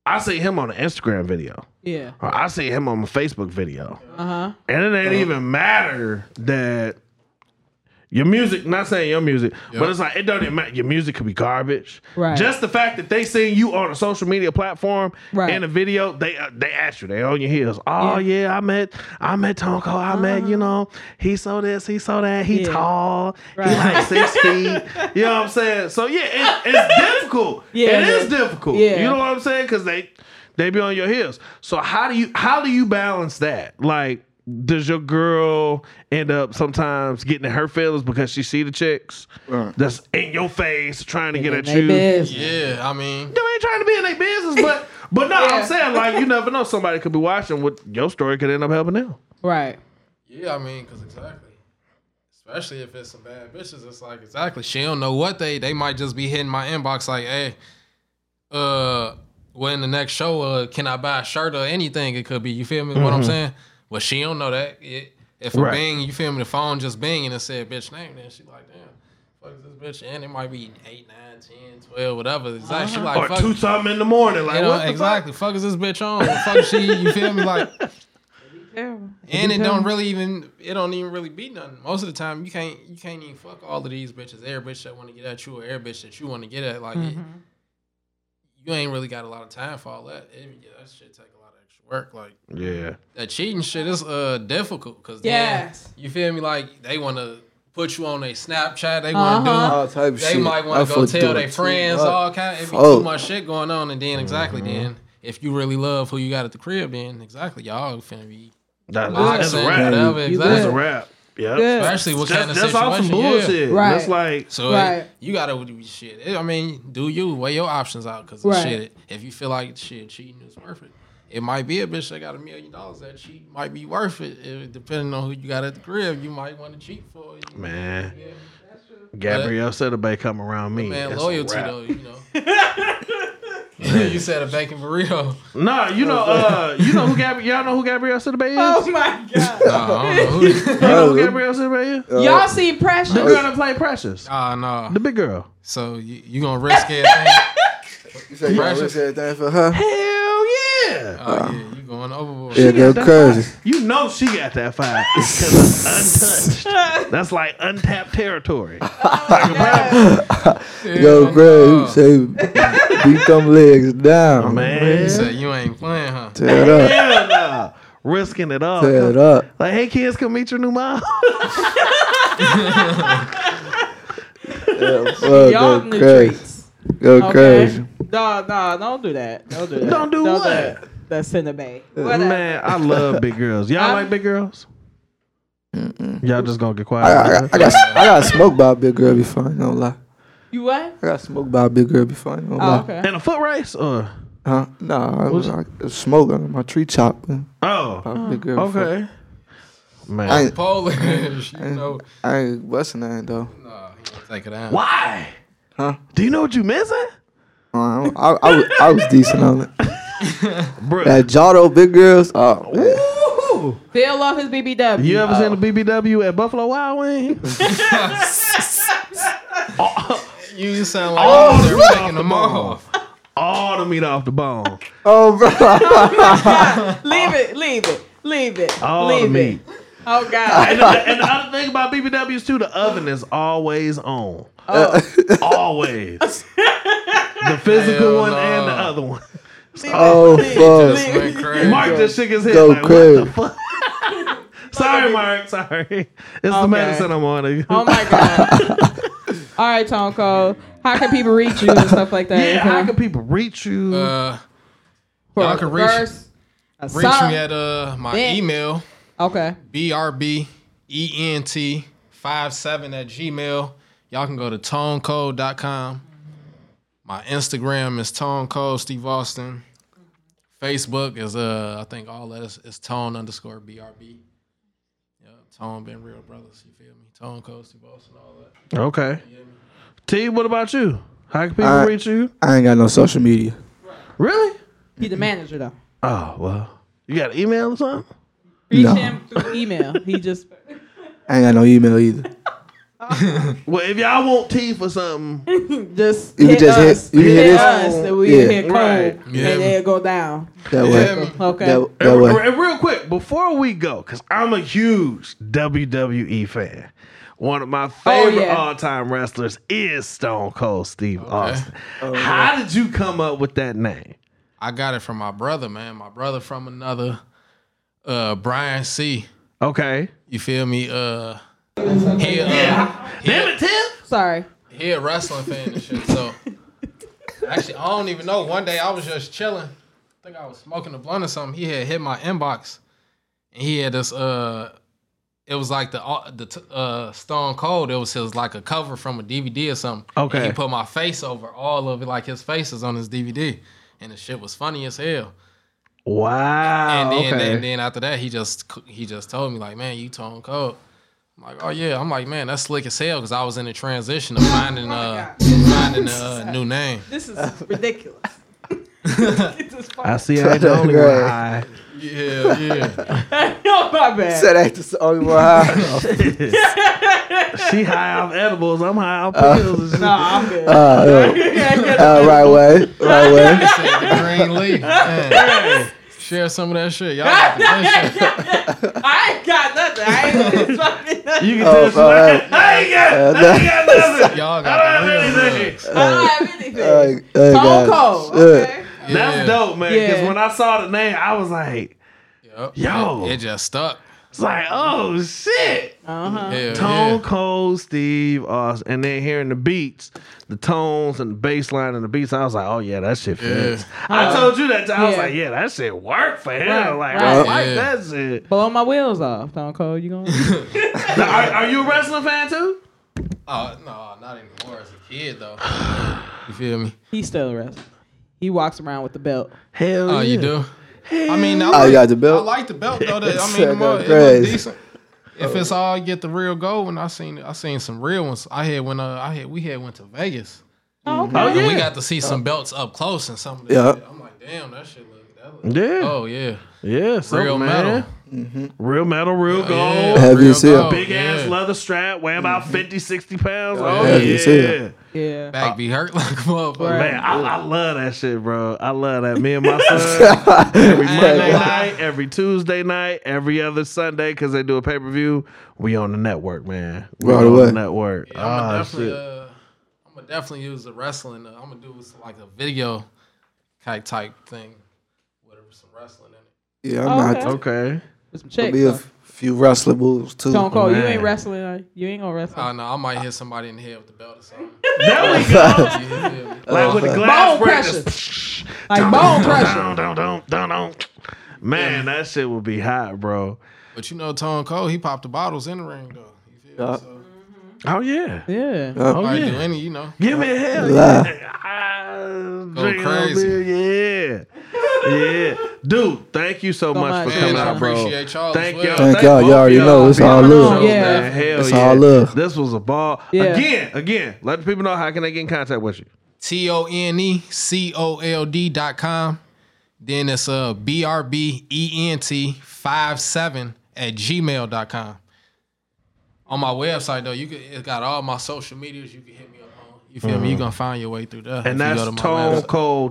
A: I see him on an Instagram video,
B: Yeah.
A: or I see him on a Facebook video,
B: Uh huh.
A: and it ain't even matter that your music. Not saying your music, but it's like it don't even matter. Your music could be garbage.
B: Right.
A: Just the fact that they seen you on a social media platform
B: Right.
A: in a video, they uh, they ask you, they on your heels. Oh yeah, I met I met Tonko. I met you know he saw this, he saw that. He
B: Uh-huh. Yeah.
A: tall. He
B: Right.
A: like six
B: [LAUGHS]
A: feet. You know what I'm saying? So yeah, it, it's difficult.
B: Yeah,
A: it is
B: yeah.
A: difficult.
B: Yeah.
A: You know what I'm saying? Because they they be on your heels. So how do you how do you balance that? Like, does your girl end up sometimes getting in her feelings because she see the chicks
C: Right.
A: that's in your face trying to get at
B: They
A: you?
B: biz.
D: Yeah, I mean,
A: You ain't trying to be in their business,
B: [LAUGHS]
A: but but no,
B: Yeah.
A: I'm saying like you never know. Somebody could be watching. What your story could end up helping them.
B: Right.
D: yeah, I mean, cause exactly. Especially if it's some bad bitches, it's like exactly. She don't know what they. They might just be hitting my inbox like, hey, uh, when the next show, uh, can I buy a shirt or anything? It could be. You feel me? What I'm saying? Well, she don't know that. It, if a
A: Right.
D: bing, you feel me? The phone just bing and it said bitch name, then she like, damn. Fuck is this bitch, and it might be 8, 9, 10, 12, whatever. Exactly. She like,
A: Or
D: fuck
A: two something in the morning, like
D: You know,
A: what the fuck?
D: exactly. Fuck? is this bitch on? What the fuck is she? You feel me? Like,
B: terrible.
D: And it don't really even it don't even really be nothing. Most of the time you can't you can't even fuck all of these bitches. Every bitch that wanna get at you or every bitch that you wanna get at, like it- you ain't really got a lot of time for all that. It- yeah, that shit take a lot of extra work. Like
A: Yeah.
D: that cheating shit is uh difficult because
B: Yes.
D: you feel me? Like they wanna put you on a Snapchat, they wanna do
C: All type of
D: they
C: shit.
D: might
C: I
D: want to go
C: fucked
D: tell
C: up
D: their
C: too
D: friends uh,
C: much.
D: all kind. Of, it be
C: Fuck. Mm-hmm.
D: too much shit going on, and then exactly then, if you really love who you got at the crib, then exactly y'all finna be
A: That, that's, that's
D: boxing,
A: a wrap.
D: whatever.
B: You
A: That's a
D: Exactly.
A: wrap. Yeah.
B: Yeah.
D: Especially what kind of
A: That's, that's
D: situation.
A: all some
D: yeah.
A: bullshit.
B: Right.
A: That's like,
D: So
B: Right.
D: it- you gotta do shit. It- I mean, do you weigh your options out? Cause
B: Right.
D: shit, if you feel like shit cheating is worth it, it might be a bitch that got a million dollars that cheat might be worth it. If- depending on who you got at the crib, you might want to cheat for it.
A: man. Gabrielle said about come around me.
D: Man,
A: That's a
D: loyalty
A: wrap.
D: though, you [LAUGHS] know. you said a bacon burrito.
A: Nah, you know, uh, you know who Gabrielle, y'all know who Gabrielle Sidibe is?
B: Oh
D: [LAUGHS]
B: my god.
D: I don't know who.
A: You know who Uh, Gabrielle Sidibe is?
B: Y'all see pressure.
A: The [LAUGHS] girl that played Precious.
D: [LAUGHS] Ah, no.
A: The big girl.
D: So you, you gonna risk
C: [LAUGHS]
D: everything?
C: You say you
D: Precious.
C: always everything for her?
A: Hell yeah.
D: Oh yeah, you going overboard.
C: Yeah, go
A: got that
C: crazy.
A: five. You know she got that [LAUGHS] five because it's untouched. That's like untapped territory.
C: Go crazy. You say beat them legs
D: Oh,
C: down.
A: Man,
D: So you ain't playing, huh?
C: Tear it up.
A: hell nah. risking it all.
C: Tear it up.
A: Like, hey kids, come meet your new mom.
C: Yeah, fuck,
B: Y'all
C: Go
B: new
C: crazy.
B: treats.
C: Go
B: Okay.
C: crazy.
B: No, no, don't do that. Don't do that.
A: Don't do what?
B: that. That's cinnabae. Whatever.
A: [LAUGHS] Man, I love big girls. Y'all
B: I'm-
A: like big girls? Y'all just gonna get
C: I,
A: quiet.
C: I, I, got, I got smoked by a big girl before. I ain't gonna lie.
B: You what?
C: I got smoked by a big girl before. I ain't gonna
B: Oh,
C: lie.
B: okay.
A: and a foot race or
C: Huh? Nah, I was I, was smoke under my tree chop. By
A: oh
C: a big girl before.
A: okay. Man,
C: I ain't,
D: Polish, you know.
C: I ain't busting that though.
D: Nah, he gonna take it out.
A: why?
C: Huh?
A: Do you know what you missing,
C: Uh, I, I, I, was, I was decent on it.
A: bro?
C: That Jotto big girls. Oh, man.
A: Woo!
B: Still love his BBW.
A: You ever
C: Oh.
A: seen a BBW at Buffalo Wild Wings?
D: You sound like oh,
A: the meat
D: they're taking
A: off the
D: them
A: bone.
D: off.
A: All the meat off the bone.
C: oh bro.
B: Leave it. Leave it. Leave it.
A: All the
B: leave
A: meat.
B: it. Oh God.
A: And the, and the other thing about BBWs too, the oven is always on. Always. the physical
D: Hell
A: one
D: no.
A: and the other one.
C: [LAUGHS] Oh fuck.
D: Just went crazy.
A: Mark just shook his head
C: Go
A: like,
C: crazy.
A: what the fuck? sorry, Mark. Sorry. It's the
B: Okay.
A: medicine I'm on.
B: Oh my
C: [LAUGHS]
B: God. All right, Tonko. How can people reach you and stuff like that?
A: yeah,
B: Okay.
A: how can people reach you?
D: Uh,
B: For
D: y'all can reach-
B: verse, a
D: reach
B: song.
D: me at uh my
B: Yeah.
D: email
B: Okay.
D: E brbent57 at gmail. Y'all can go to tonecode.com. My Instagram is tonecode Steve Austin. Facebook is uh I think all that is, is tone underscore brb. Yeah, tone been real brothers. You feel me? Tone code Steve Austin, all that.
A: okay. T, what about you? How can people
C: I-
A: reach you?
C: I ain't got no social media.
A: Really?
B: He the manager though.
A: Oh, well. You got an email or something?
B: Reach
C: No.
B: him through email. He just
C: I ain't got no email either.
A: Well, if y'all want T for something,
B: just
C: You
B: hit
C: just hit-
B: us.
C: you hit this-
B: us, and we
C: Yeah.
B: hit cold,
A: Right.
D: Yeah.
B: and it'll go down.
C: That
D: Yeah,
C: way.
D: man.
B: Okay.
C: That, that
A: and,
C: way.
A: and real quick, before we go, because I'm a huge WWE fan. One of my favorite
B: Oh, yeah.
A: all-time wrestlers is Stone Cold Steve Austin.
B: Oh,
A: How did you come up with that name?
D: I got it from my brother, man. My brother from another uh Brian C.
A: Okay.
D: You feel me? Uh he uh,
A: Damn it, Tim.
B: Sorry.
D: he a wrestling fan and shit. So actually, I don't even know. One day I was just chilling. I think I was smoking a blunt or something. He had hit my inbox, and he had this. Uh, it was like the uh, the t- uh, Stone Cold. It was his like a cover from a DVD or something. And
A: Okay.
D: he put my face over all of it, like his face is on his DVD, and the shit was funny as hell.
A: Wow.
D: And then,
A: okay.
D: and then after that, he just he just told me like, man, you tone cold. I'm like, oh yeah. I'm like, man, that's slick as hell because I was in the transition of
A: Oh
D: finding uh finding a uh,
A: [LAUGHS]
D: new name.
B: This is [LAUGHS] ridiculous.
A: I see. I ain't [LAUGHS] the only one.
C: [LAUGHS] Right.
A: high.
D: Yeah, yeah.
B: oh my bad.
C: Said ain't the only [LAUGHS] one
B: [LAUGHS]
C: high.
A: She high off edibles. I'm high off pills. and shit.
B: Nah, I'm [LAUGHS] good.
C: Uh,
B: Yeah, yeah.
C: uh, right way. Right
A: [LAUGHS]
C: way.
D: Said the green leaf. Man. Share some of that shit. Y'all got
A: [LAUGHS]
D: that shit.
B: [LAUGHS] I ain't got nothing. I ain't got
C: [LAUGHS]
B: this fucking nothing.
A: You can
C: Oh,
A: tell she's like,
C: alright.
A: I ain't got, I ain't got
D: [LAUGHS]
A: nothing.
D: Y'all
A: I
D: got
A: don't
D: the real
A: have
D: love.
A: anything.
B: I don't have anything.
C: Hey, hey,
B: Phone
C: guys.
B: call.
C: Yeah. [LAUGHS]
B: Okay.
D: Yeah.
A: That's dope, man. Because
B: Yeah.
A: when I saw the name, I was like,
D: Yup.
A: Yo.
D: It, it just stuck.
A: it's like, oh shit.
B: Uh huh.
D: Hell
A: Tone
D: yeah.
A: Cold Steve Austin. And then hearing the beats, the tones and the bass line and the beats, I was like, oh yeah, that shit fits. I
D: Uh-huh.
A: told you that. I was
B: yeah.
A: like, yeah, that shit worked for him.
B: Right,
A: Like, I
B: right.
A: like
D: Yeah.
A: that shit.
B: Blow my wheels off, Stone Cold. You going?
C: [LAUGHS]
B: to
A: Now, are, are you a wrestling fan too?
D: Oh no, not anymore. As a kid though. [SIGHS] You feel me?
B: He's still a wrestler. He walks around with the belt.
A: Hell yeah.
D: Oh, you do. I mean, I
C: Oh,
D: like,
C: you got the
D: I
C: belt?
D: like the belt though.
C: [LAUGHS]
D: That, I
C: Shit,
D: mean, the more,
C: that's
D: it look
C: crazy.
D: decent. If it's all get the real gold, and I seen I seen some real ones. I had when uh, I had we had went to Vegas.
B: Oh,
A: Oh
C: Mm-hmm.
D: And we
A: yeah.
D: got to see some belts up close and some of that
C: Uh, Yeah.
D: shit. I'm like, damn, that shit look. That look
A: Yeah.
D: Oh yeah,
A: Yeah. so,
D: real
A: man,
D: metal.
A: Real metal, real gold.
D: Yeah,
C: Heavy
D: real
C: as hell.
D: gold,
A: Big ass
D: yeah.
A: leather strap, weigh about 50, 60 pounds. Oh,
C: yeah.
A: yeah.
C: Heavy as hell.
B: Yeah.
D: Back be hurt [LAUGHS] like a motherfucker.
A: Man, I, I love that shit, bro. I love that. Me and [LAUGHS] my son, every Monday night, every Tuesday night, every other Sunday, because they do a pay per view. We on the network, [LAUGHS] man. We
C: Right
A: on
C: away.
A: the network.
D: Yeah, I'm
A: Ah,
D: gonna
A: shit.
D: definitely, uh, I'm gonna definitely use the wrestling. Uh, I'm gonna do some, like a video type type thing with some wrestling in it.
C: Yeah, I'm not.
B: okay.
C: I'll
A: Okay.
B: With some chicks.
C: be a
B: though.
C: f- few wrestler moves too.
B: Stone Cold, you
A: Man.
B: ain't wrestling. Are you? you ain't gonna wrestle.
D: Oh no, I might hit somebody in the head with the belt or something.
A: There we go.
D: You feel me?
A: [LAUGHS] like with the glass
B: bone
A: break,
B: pressure.
A: just-
B: like bone pressure.
A: Dun, dun, dun, dun, dun. Man, that shit would be hot, bro.
D: But you know, Tone Cole, he popped the bottles in the ring though. You feel me?
C: Yeah.
D: So
A: Oh yeah.
B: Yeah.
C: Uh,
D: I might
A: yeah.
D: do any, you know.
A: Give me a hell
C: Lie.
A: yeah. Ah,
D: Go
A: drink a little
D: crazy.
A: bit, Yeah. Yeah. Dude, thank you so, much
B: much,
A: for
B: man.
A: coming
B: I
A: out, bro.
D: appreciate y'all as
A: Thank
D: well.
A: y'all.
C: Thank y'all.
A: both
C: Y'all already
A: y'all
C: know. It's
A: for being
C: all
A: on the
C: love.
A: show,
B: Yeah.
A: man. Hell
C: It's
A: yeah.
C: all love.
A: This was a ball.
B: Yeah.
A: Again, again, let the people know how can they get in contact with you.
D: T O N E C O L D dot com. Then it's uh B R B E N T 57 at gmail dot com. On my website though, you can it got all my social medias you can hit me up on. You feel me? You're gonna find your way through
A: And
D: that. if you
A: that's
D: go to my website.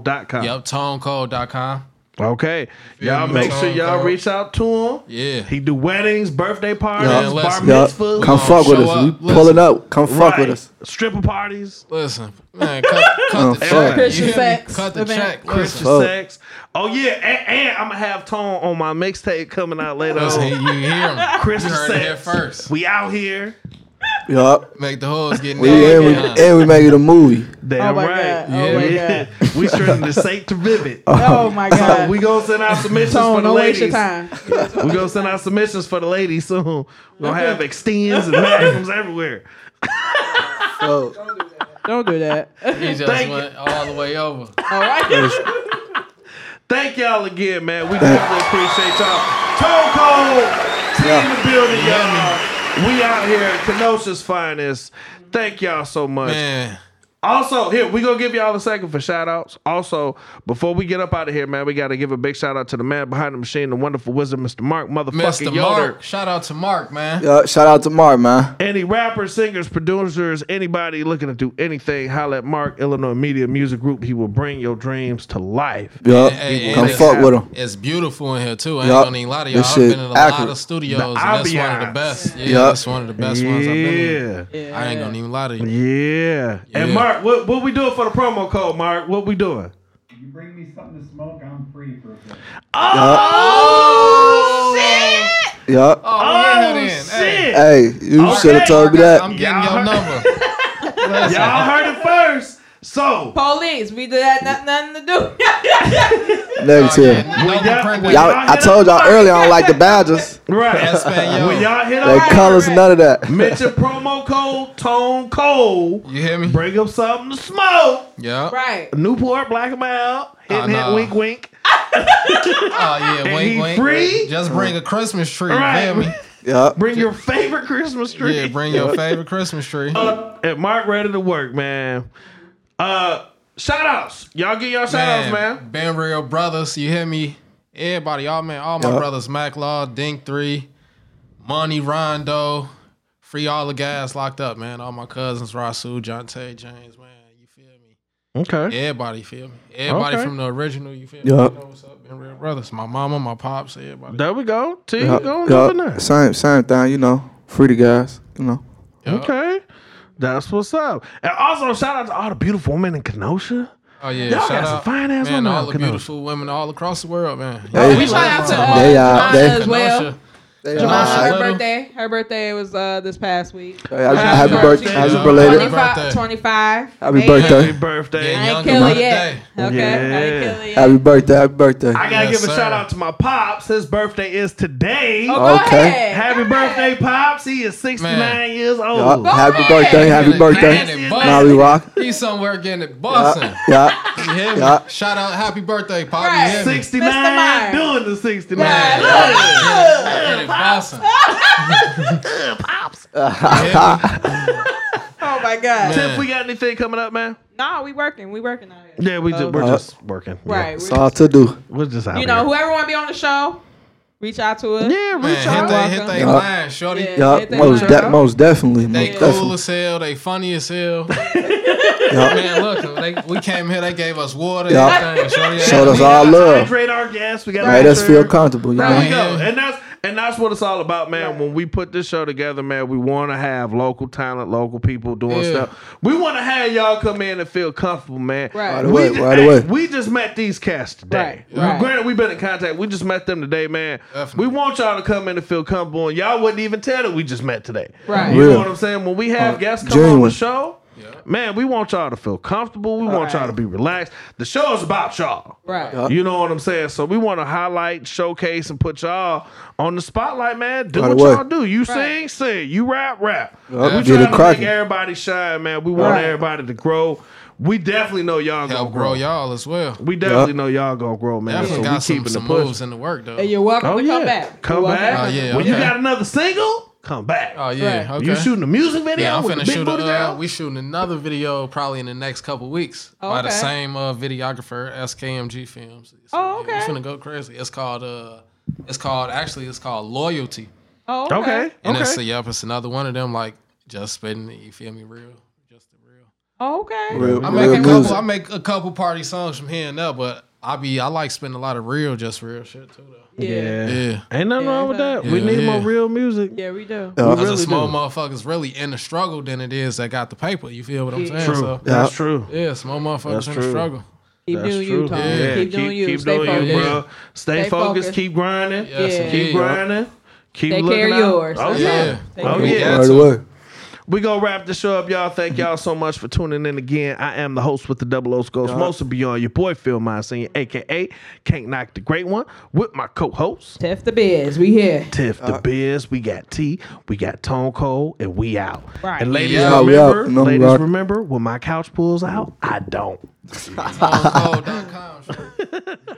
A: tonecold.com.
D: Yep, tonecode.com.
A: Okay. Y'all
D: me?
A: make sure y'all
D: Tone Cold.
A: reach out to him.
D: Yeah.
A: He do weddings, birthday parties,
D: Yeah,
A: bar
D: listen.
C: Y'all,
A: mitzvahs.
C: come
D: gonna
C: fuck with
D: show
C: us. We
D: up. Listen.
C: pulling up. Come fuck with
A: Right.
C: us.
A: Stripper parties,
D: Listen, man, cut,
C: Oh,
D: cut the
C: fuck.
D: check.
B: Christian
D: You hear me?
B: sex
D: Cut the
B: event.
D: check.
A: Christian
D: Listen.
C: Fuck.
A: sex. Oh yeah, and, and I'm gonna have Tone on my mixtape coming out later.
D: Listen,
A: on.
D: you hear
A: [LAUGHS]
D: him.
A: Christian
D: you heard it here
A: sex.
D: first.
A: We out here.
C: Yup.
D: Make the hoes get
C: We
D: naked.
C: and we,
D: huh?
C: and we making a movie.
A: Damn
B: my
A: right.
B: God. Oh, my
A: Yeah. we turning the saint to
B: [LAUGHS]
A: vivid.
B: Oh my god.
A: we gonna send out submissions for
B: Tone,
A: the
B: don't waste your
A: ladies.
B: time.
A: [LAUGHS] We gonna send out submissions for the ladies soon. We gonna have extends and
B: [LAUGHS]
A: magnums everywhere.
C: So,
B: Don't do that.
D: He just
A: Thank
D: went all the way over.
B: All right.
A: Thank y'all again, man. We definitely appreciate y'all. Tone Cold, team in the building, y'all. We out here, Kenosha's finest. Thank y'all so much.
D: Man.
A: Also, here, we going to give y'all a second for shout outs. Also, before we get up out of here, man, we got to give a big shout out to the man behind the machine, the wonderful wizard, Mr. Mark motherfucking
D: Mr.
A: Yoder.
D: Mark. Shout out to Mark, man.
C: yup, shout out to Mark, man.
A: Any rappers, singers, producers, anybody looking to do anything, holla at Mark, Illinois Media Music Group. He will bring your dreams to life.
C: Yup.
D: Hey,
C: Come
D: hey,
C: fuck
A: hey.
C: with him.
D: It's beautiful in here too. I ain't
C: Yup.
D: gonna even lie to y'all.
C: This
D: I've
C: shit
D: been in a lot
C: accurate.
D: of studios,
A: The
D: and that's one of
A: ambiance.
D: the best. Yeah,
C: Yup.
D: that's one of the best
A: yeah.
D: ones I've been in.
B: Yeah.
D: I ain't gonna even lie to you.
A: Yeah. And
D: Yeah.
A: Mark, what what we doing for the promo code, Mark? What we doing?
J: You bring me something to smoke, I'm free for a bit.
A: Oh, shit!
C: Yup.
D: Oh, yeah,
A: Oh,
D: then. Hey,
A: shit!
C: Hey, you
A: Okay.
C: should have told me that.
D: I'm getting
A: Y'all
D: your
A: heard-
D: number.
A: Y'all heard it first. So
B: [LAUGHS] Police, we did that. Not, nothing to do. [LAUGHS]
C: Negative.
A: y'all-
D: Number
A: we
D: printed.
C: Y'all, I told y'all earlier I don't like the Badgers.
A: right when
D: Espanol.
A: y'all hit
C: They
A: up,
C: colors, none of that.
A: mention promo code Tone Cold.
D: You hear me?
A: Bring up something to smoke.
D: Yeah.
B: right.
A: Newport, black him out. Hit,
D: Oh,
A: hit,
D: no.
A: wink, wink.
D: Oh yeah. Wink,
A: he
D: wink.
A: free?
D: Just bring a Christmas tree.
A: Right. [LAUGHS]
D: You hear me?
C: Yup.
A: Bring your favorite Christmas tree.
D: Yeah. Bring your favorite Christmas tree.
A: up and Mark ready to work, man. Uh, shout outs. Y'all get y'all shout outs, man.
D: Ben Real Brothers, you hear me? Everybody, all man, all my
C: Yeah.
D: brothers, Mac Law, Dink Three, Money Rondo, Free All the Guys Locked Up, man. All my cousins, Rasul, Jonte, James, man. You feel me?
A: Okay.
D: Everybody, feel me? Everybody
A: Okay.
D: from the original, you feel me?
C: Yup.
D: You know what's up? And Real Brothers. My mama, my pops, everybody.
A: There we go. T
C: Yup,
A: going
C: yup.
A: up in there.
C: Same, same thing, you know. Free the guys, you know.
D: Yup.
A: Okay. That's what's up. And also shout out to all the beautiful women in Kenosha.
D: Oh, yeah.
A: Y'all
D: shout
A: got some
D: out.
A: fine ass
D: man,
A: women out
D: all the
A: Kenosha.
D: beautiful women all across the world, man.
C: Hey.
B: We shout out to uh,
C: They are-
B: Jemima
C: they-
B: as well.
C: Hey,
B: Jemima,
D: Jemima
B: her
D: Little.
B: birthday. Her birthday was uh, this past week.
C: happy,
D: Happy
C: happy birthday,
D: birthday.
C: happy
D: Yeah.
C: belated.
B: 25.
D: birthday.
B: 25
C: Happy
B: Hey,
C: birthday.
A: Happy birthday.
D: Yeah,
B: I
D: Young
B: ain't kill it
D: Jemima
B: yet.
A: today.
B: Okay, I ain't
A: Yeah.
B: kill it yet.
C: Happy birthday, happy birthday.
A: I gotta
D: Yes,
A: give a
D: sir.
A: shout out to my pops. His birthday is today.
B: Oh, go
C: Okay.
B: ahead.
A: Happy
B: Go ahead.
A: birthday, pops. He is 69
D: Man.
A: years
C: Yup,
A: old.
C: Happy birthday, happy
D: Getting it-
C: birthday.
D: getting it
A: Now
C: Now
D: bustin'.
C: we rock.
D: He's somewhere getting it busting.
C: Yeah,
D: You hear me?
C: Yeah.
D: Shout out, happy birthday, Poppy.
B: Right.
D: You hear me?
A: 69
B: Meyer.
A: doing the 69.
B: Right, look,
D: Getting it
B: [LAUGHS]
D: bustin'.
C: [LAUGHS]
B: Oh my god.
D: Man.
A: Tiff, we got anything coming up, man?
B: Nah, we working. We working out here.
A: Yeah, we just, we're
C: Uh,
A: just working. Yeah.
B: Right.
C: it's
B: we're-
C: all to do.
A: We're just out
B: you know,
A: here.
B: whoever want to be on the show, reach out to us.
A: Yeah,
D: Man,
A: reach out.
D: hit they, hit they
C: Yup.
D: line, shorty.
B: Yeah.
C: Yeah,
B: hit that
C: most,
B: line,
C: de-
B: bro.
C: most definitely, most
D: They cool
C: definitely.
D: as hell. They funny
B: [LAUGHS]
D: as hell.
C: Yeah.
D: Man, look, they, we came here. They gave us water.
C: Yup.
D: Everything. Shorty,
C: Showed us
D: everything.
C: all love.
A: Hydrate our guests. We got
C: Made us feel
A: comfortable.
C: comfortable, you
A: There we
C: know.
A: go.
D: Yeah.
A: And that's and that's what it's all about, man. When we put this show together, man, we want to have local talent, local people doing
D: Yeah.
A: stuff. We want to have y'all come in and feel comfortable, man.
B: Right. Right
A: We
C: away,
A: just,
C: right
A: hey,
C: away.
A: We just met these cats today.
B: Right, right.
A: Granted, we've been in contact. We just met them today, man.
D: Definitely.
A: We want y'all to come in and feel comfortable, and y'all wouldn't even tell that we just met today.
B: Right.
A: You know
C: Real.
A: what I'm saying? When we have
C: Uh,
A: guests come on the
C: genuine.
A: show. Man, we want y'all to feel comfortable. We want
B: Right.
A: y'all to be relaxed. The show is about y'all.
B: Right.
A: You know what I'm saying? So we want to highlight, showcase, and put y'all on the spotlight, man. Do
C: Right
A: what
C: away.
A: y'all do. You
B: Right.
A: sing, sing. You rap, rap. We
C: Yeah. Get
A: trying
C: it
A: to make
C: cracking.
A: everybody shine, man. We want
B: Right.
A: everybody to grow. We definitely know y'all gonna
D: Help
A: grow.
D: grow
A: y'all.
D: y'all as well.
A: We definitely
C: Yeah.
A: know y'all gonna grow, man.
D: Definitely
A: So we
D: got some,
A: keeping
D: some
A: the push.
D: moves in the work though.
B: And you're welcome
A: Oh
B: to
A: yeah,
B: come back.
A: Come
B: You're welcome
A: back.
B: to
D: Oh, yeah,
A: When you
D: okay.
A: got another single, come back.
D: Oh yeah,
B: Right.
D: okay.
A: You shooting a music video?
D: yeah, I'm
A: with
D: finna
A: the big
D: shoot.
A: booty
D: A, uh,
A: girl?
D: we shooting another video probably in the next couple weeks by the
B: Okay.
D: same uh, videographer, SKMG Films. So,
B: Oh,
D: Yeah,
B: okay.
D: we finna go crazy. It's called. Uh, it's called. Actually, it's called Loyalty.
B: Oh,
A: okay.
B: okay.
D: And
A: okay.
D: it's a, yep, it's another one of them like just spitting. it, You feel me? Real, just the real.
B: Oh, okay.
C: Real,
D: I make
C: real
D: a couple.
C: music.
D: I make a couple party songs from here and there, but I be I like spitting a lot of real, just real shit too. Though.
B: Yeah.
A: yeah.
D: Yeah.
A: Ain't nothing
B: Yeah,
A: wrong with
B: okay.
A: that. we
D: Yeah,
A: need
D: yeah.
A: more real music.
B: Yeah, we do.
C: Yeah.
D: Because
A: really
D: the small
A: do.
D: motherfuckers really in the struggle than it is that got the paper. You feel what I'm saying?
A: True.
D: So,
A: That's true.
D: yeah, small motherfuckers
A: That's
D: in
A: true.
D: the struggle.
B: Keep
A: That's
B: doing
A: true.
B: you, Tom.
D: Yeah.
B: Keep doing you.
A: Keep
B: Stay
A: doing
B: focused.
A: you, bro. Stay,
B: Stay
A: focused.
B: focused.
A: Keep grinding.
D: Yes,
B: Yeah.
A: Keep grinding. Keep
B: Take
A: looking
B: care of
A: out.
B: yours.
A: Oh
B: That's
A: yeah.
D: right. Take
A: Oh
D: care of
A: yeah.
D: yours.
C: Right away.
A: We gonna wrap the show up, y'all. Thank y'all so much for tuning in again. I am the host with the Double O's Ghost, most of beyond your boy Phil Monsignor, aka Can't Knock the Great One, with my co-host
B: Tiff the biz. We here.
A: Tiff the Biz. We got T, we got Tone Cole, and we out.
B: Right.
A: And ladies,
D: Yeah,
C: we out.
A: remember,
C: No, we
A: ladies,
C: out.
B: [LAUGHS]
A: remember when my couch pulls out, I don't.
D: Phonecall.com.